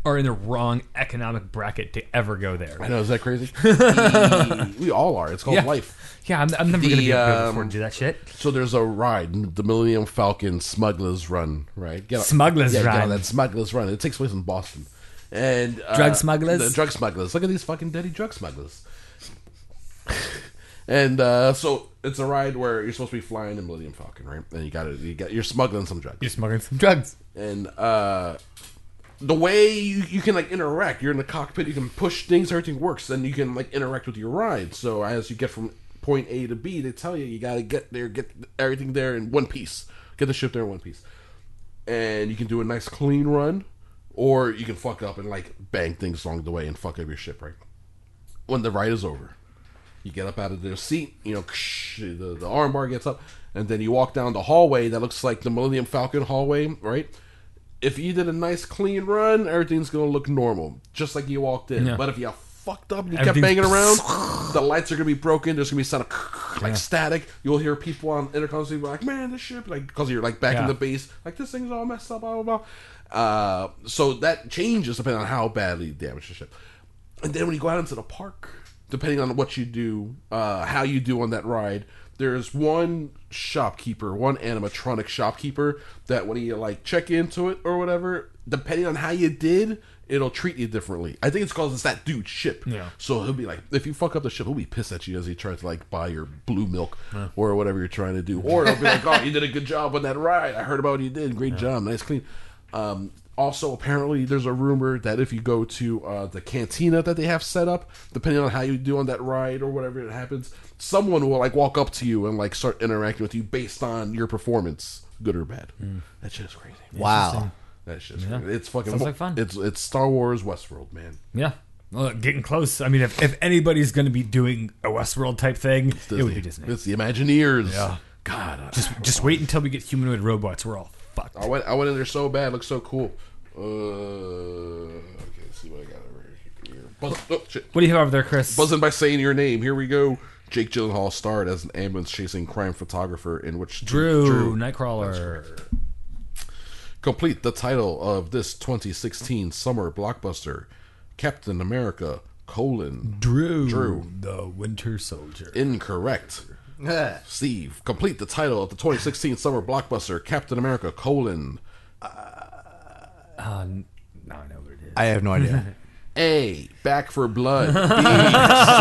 are in the wrong economic bracket to ever go
I
there.
know. Is that crazy? The- we all are. It's called
Yeah.
life.
Yeah, I'm, I'm never
The,
gonna be able to
um,
afford to do that shit.
So there's a ride, the Millennium Falcon Smuggler's Run, right? Get on-
Smuggler's
yeah, Get on
Run.
that Smuggler's Run. It takes place in Boston. And uh,
Drug smugglers?
The drug smugglers. Look at these fucking dirty drug smugglers. and uh, so it's a ride where you're supposed to be flying the Millennium Falcon, right? And you got to you got you're smuggling some drugs.
You're smuggling some drugs.
and uh the way you, you can like interact you're in the cockpit you can push things everything works then you can like interact with your ride so as you get from point a to b they tell you you gotta get there get everything there in one piece get the ship there in one piece and you can do a nice clean run or you can fuck up and like bang things along the way and fuck up your ship right when the ride is over you get up out of their seat, you know, the, the arm bar gets up, and then you walk down the hallway that looks like the Millennium Falcon hallway, right? If you did a nice clean run, everything's going to look normal, just like you walked in. But if you fucked up and you kept
Everything's-
banging around, the lights are going to be broken. There's going to be sound of like static. You'll hear people on intercoms be like, man, this ship, like, because you're like back in
Yeah.
the base, like, this thing's all messed up, blah, blah, blah. Uh, so that changes depending on how badly you damage the ship. And then when you go out into the park, depending on what you do, uh, how you do on that ride, there's one shopkeeper, one animatronic shopkeeper that when you like check into it or whatever, depending on how you did, it'll treat you differently. I think it's because it's that dude's ship.
Yeah.
So he'll be like, if you fuck up the ship, he'll be pissed at you as he tries to like buy your blue milk or whatever you're trying to do. Or he'll be like, oh, you did a good job on that ride. I heard about what you did. Great job. Nice clean. Um, also, apparently, there's a rumor that if you go to uh, the cantina that they have set up, depending on how you do on that ride or whatever it happens, someone will like walk up to you and like start interacting with you based on your performance, good or bad. That shit is crazy.
wow.
That shit's crazy. It's fucking
Hmm. Sounds like fun.
It's it's Star Wars Westworld, man.
Yeah. Well, getting close. I mean, if, if anybody's going to be doing a Westworld type thing, it would be Disney.
It's the Imagineers.
Yeah.
God, I-
Just, just wait until we get humanoid robots. We're all fucked.
I went I went in there so bad, looked so cool. Uh, okay, let's see what I got over here. Buzz, oh, shit.
What do you have over there, Chris?
Buzzing by saying your name. Here we go. Jake Gyllenhaal starred as an ambulance chasing crime photographer in which
Drew, Nightcrawler.
complete the title of this 2016 summer blockbuster, Captain America: colon
Drew,
Drew.
the Winter Soldier.
incorrect. Steve, complete the title of the 2016 summer blockbuster, Captain America: colon
no, I know what it is.
I have no idea.
A. Back for Blood. B.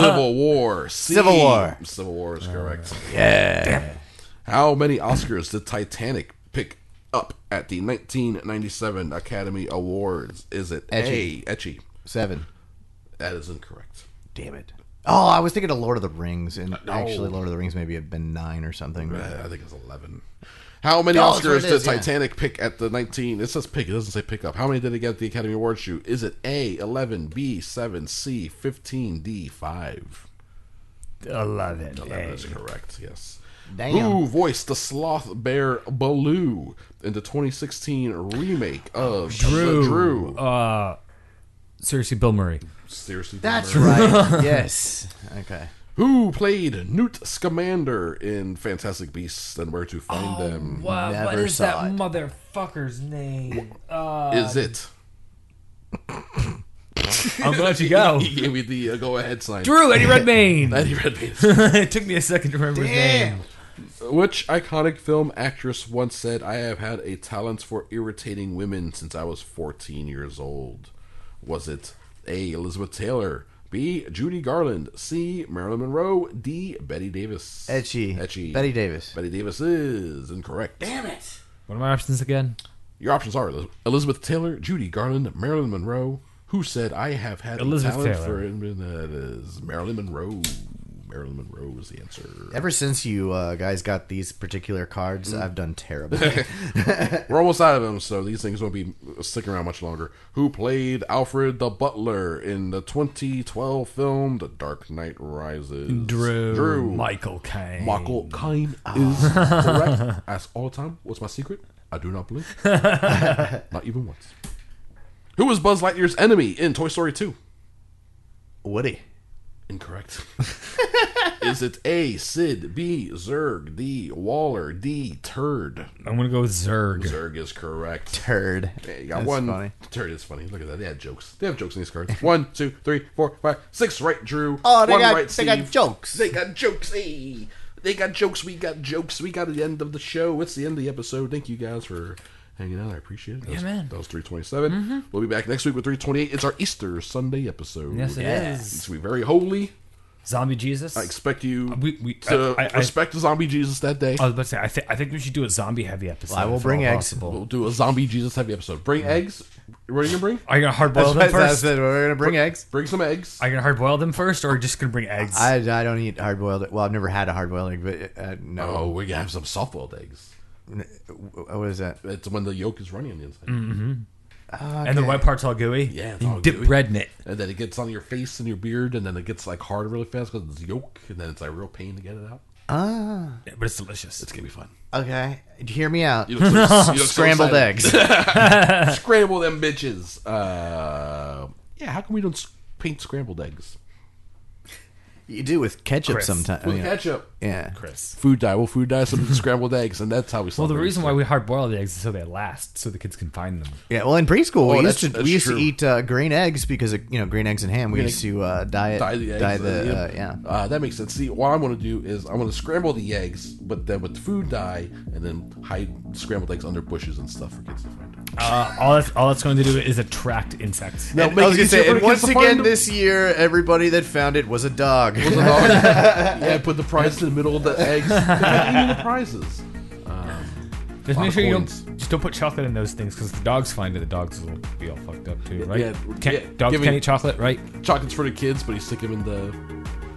Civil War. C,
Civil War. Uh,
Civil War is correct.
yeah.
How many Oscars did Titanic pick up at the 1997 Academy Awards? Is it
Etchy.
A. Etchy.
Seven.
That is incorrect.
Damn it. Oh, I was thinking of Lord of the Rings, and
No.
actually, Lord of the Rings maybe have been nine or something.
Uh, I think it's 11. How many
Oh, that's what
Oscars
it
did
is, yeah.
Titanic pick at the 19? It says pick. It doesn't say pick up. How many did it get at the Academy Awards shoot? Is it A. 11, B. 7, C. 15, D. 5?
Eleven.
That is correct. Yes.
Damn.
Who voiced the sloth bear Baloo in the 2016 remake of Drew? Drew.
Uh, Seriously, Bill Murray.
Seriously,
That's
Bill Murray.
right. yes. Okay.
Who played Newt Scamander in Fantastic Beasts and Where to Find
Oh,
Them?
Wow,
Never saw it.
motherfucker's name?
Is it?
I'm gonna let you go.
He gave me the uh, go-ahead sign.
Drew Eddie Redmayne.
Eddie Redmayne.
it took me a second to remember his name.
Which iconic film actress once said, "I have had a talent for irritating women since I was 14 years old"? Was it A. Elizabeth Taylor, B. Judy Garland, C. Marilyn Monroe, D. Betty Davis?
Etchy.
Etchy.
Betty Davis.
Betty Davis is incorrect.
What are my options again?
Your options are Eliz- Elizabeth Taylor, Judy Garland, Marilyn Monroe. Who said I have had
Elizabeth
a talent for
Taylor.
that is Marilyn Monroe? Marilyn Monroe is the answer.
Ever since you uh, guys got these particular cards,
Mm.
I've done terrible.
We're almost out of them, so these things won't be sticking around much longer. Who played Alfred the Butler in the 2012 film The Dark Knight Rises?
Drew.
Drew.
Michael Caine.
Michael Caine is correct. As all time, what's my secret? I do not believe. not even once. Who was Buzz Lightyear's enemy in Toy Story 2?
Woody.
Incorrect. is it A, Sid, B, Zerg, D, Waller, D, Turd?
I'm gonna go with Zerg.
Zerg is correct.
Turd.
Yeah, you got
That's
one.
funny.
Turd is funny. Look at that. They had jokes. They have jokes in these cards. One, two, three, four, five, six. Right, Drew.
Oh, they
one
got-
right,
they got
Steve.
jokes.
They got jokes. Hey, they got jokes. We got jokes. We got the end of the show. It's the end of the episode. Thank you guys for hanging out. I appreciate it. That was,
man.
That was three
Mm-hmm.
We'll be back next week with three twenty eight. It's our Easter Sunday episode.
Yes, it
Yeah.
is.
It's gonna be very holy.
Zombie Jesus.
I expect you
We- we-
to
I- I- I-
respect the zombie Jesus that day.
I was about to say, I, th- I think we should do a zombie heavy episode.
I will
if at
bring
all
eggs.
possible.
we'll do a zombie Jesus heavy episode. Bring eggs. What are you gonna bring?
Are you gonna hard boil them
That's what I
first?
said. We're gonna bring eggs.
Bring some eggs.
Are you gonna hard boil them first, or just gonna bring eggs?
I, I don't eat hard boiled. Well, I've never had a hard boiled egg, but uh, no.
Oh, we're gonna have some soft boiled eggs. Oh.
W- What is that?
It's when the yolk is runny on the inside,
Mm-hmm.
And the white part's all gooey.
Yeah, it's
you
all
dip
gooey.
bread in it.
and then it gets on your face and your beard, and then it gets like hard really fast because it's yolk, and then it's like real pain to get it out.
Ah.
Yeah, but it's delicious.
It's gonna be fun.
Okay, hear me out.
You look so- you look so
Scrambled
excited.
eggs.
Scramble them bitches. Uh, yeah, how come we don't s- paint scrambled eggs
you do with ketchup
Chris.
sometimes.
with ketchup?
Oh, Yeah.
Chris.
Food dye. We'll food dye some scrambled eggs, and that's how we.
Well, the reason why we hard boil the eggs is so they last, so the kids can find them.
Yeah. Well, in preschool,
Oh,
we
that's-
used to
that's
we used
true.
to eat uh, green eggs because of, you know green eggs and ham. We used to uh, dye it.
dye the eggs.
Dye the uh, yeah.
Uh, that makes sense. See, what I'm going to do is I'm going to scramble the eggs, but then with food dye, and then hide scrambled eggs under bushes and stuff for kids to find.
Uh, all that's all that's going to do is attract insects.
No,
I was gonna say, and once again this year, everybody that found it was a dog.
yeah, put the prize in the middle of the eggs. Even the prizes. lot
Just make
of
sure you
coins.
don't just don't put chocolate in those things because the dogs find it. The dogs will be all fucked up too, right?
yeah,
Can't-
yeah,
dogs
give me-
can't eat chocolate, right?
Chocolate's for the kids, but you stick them in the,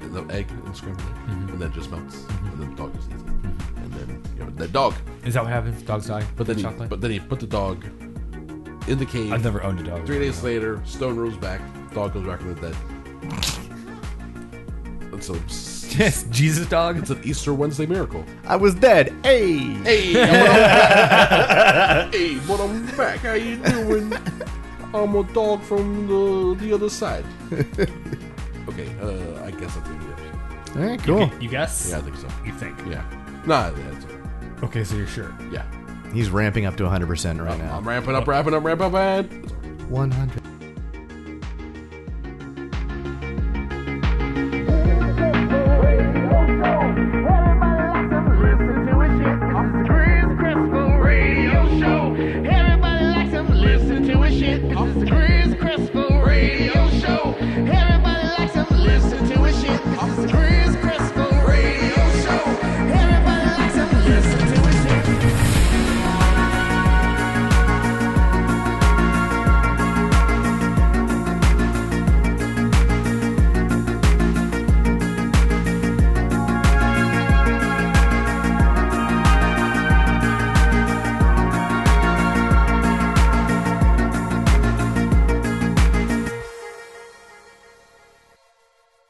in the egg and scramble it,
Mm-hmm.
and then it just melts, and then the dog just eats it, and then you have a dead dog.
Is that what happens? Dogs die.
But then, you,
chocolate.
but then you put the dog in the cave.
I've never owned a dog.
Three days later, stone rolls back, dog goes back from the dead. That's a, it's
Yes, Jesus dog.
an Easter Wednesday miracle.
I was dead. Hey.
Hey, what up? hey, what I'm back. How you doing? I'm a dog from the the other side. okay, uh, I guess I'll take it.
All right. Cool.
You guess?
Yeah, I think so.
You think?
Yeah, nah, that's all right.
Okay, so you're sure.
yeah.
He's ramping up to 100 percent right now.
I'm ramping up, ramping up, ramping up. and-
100.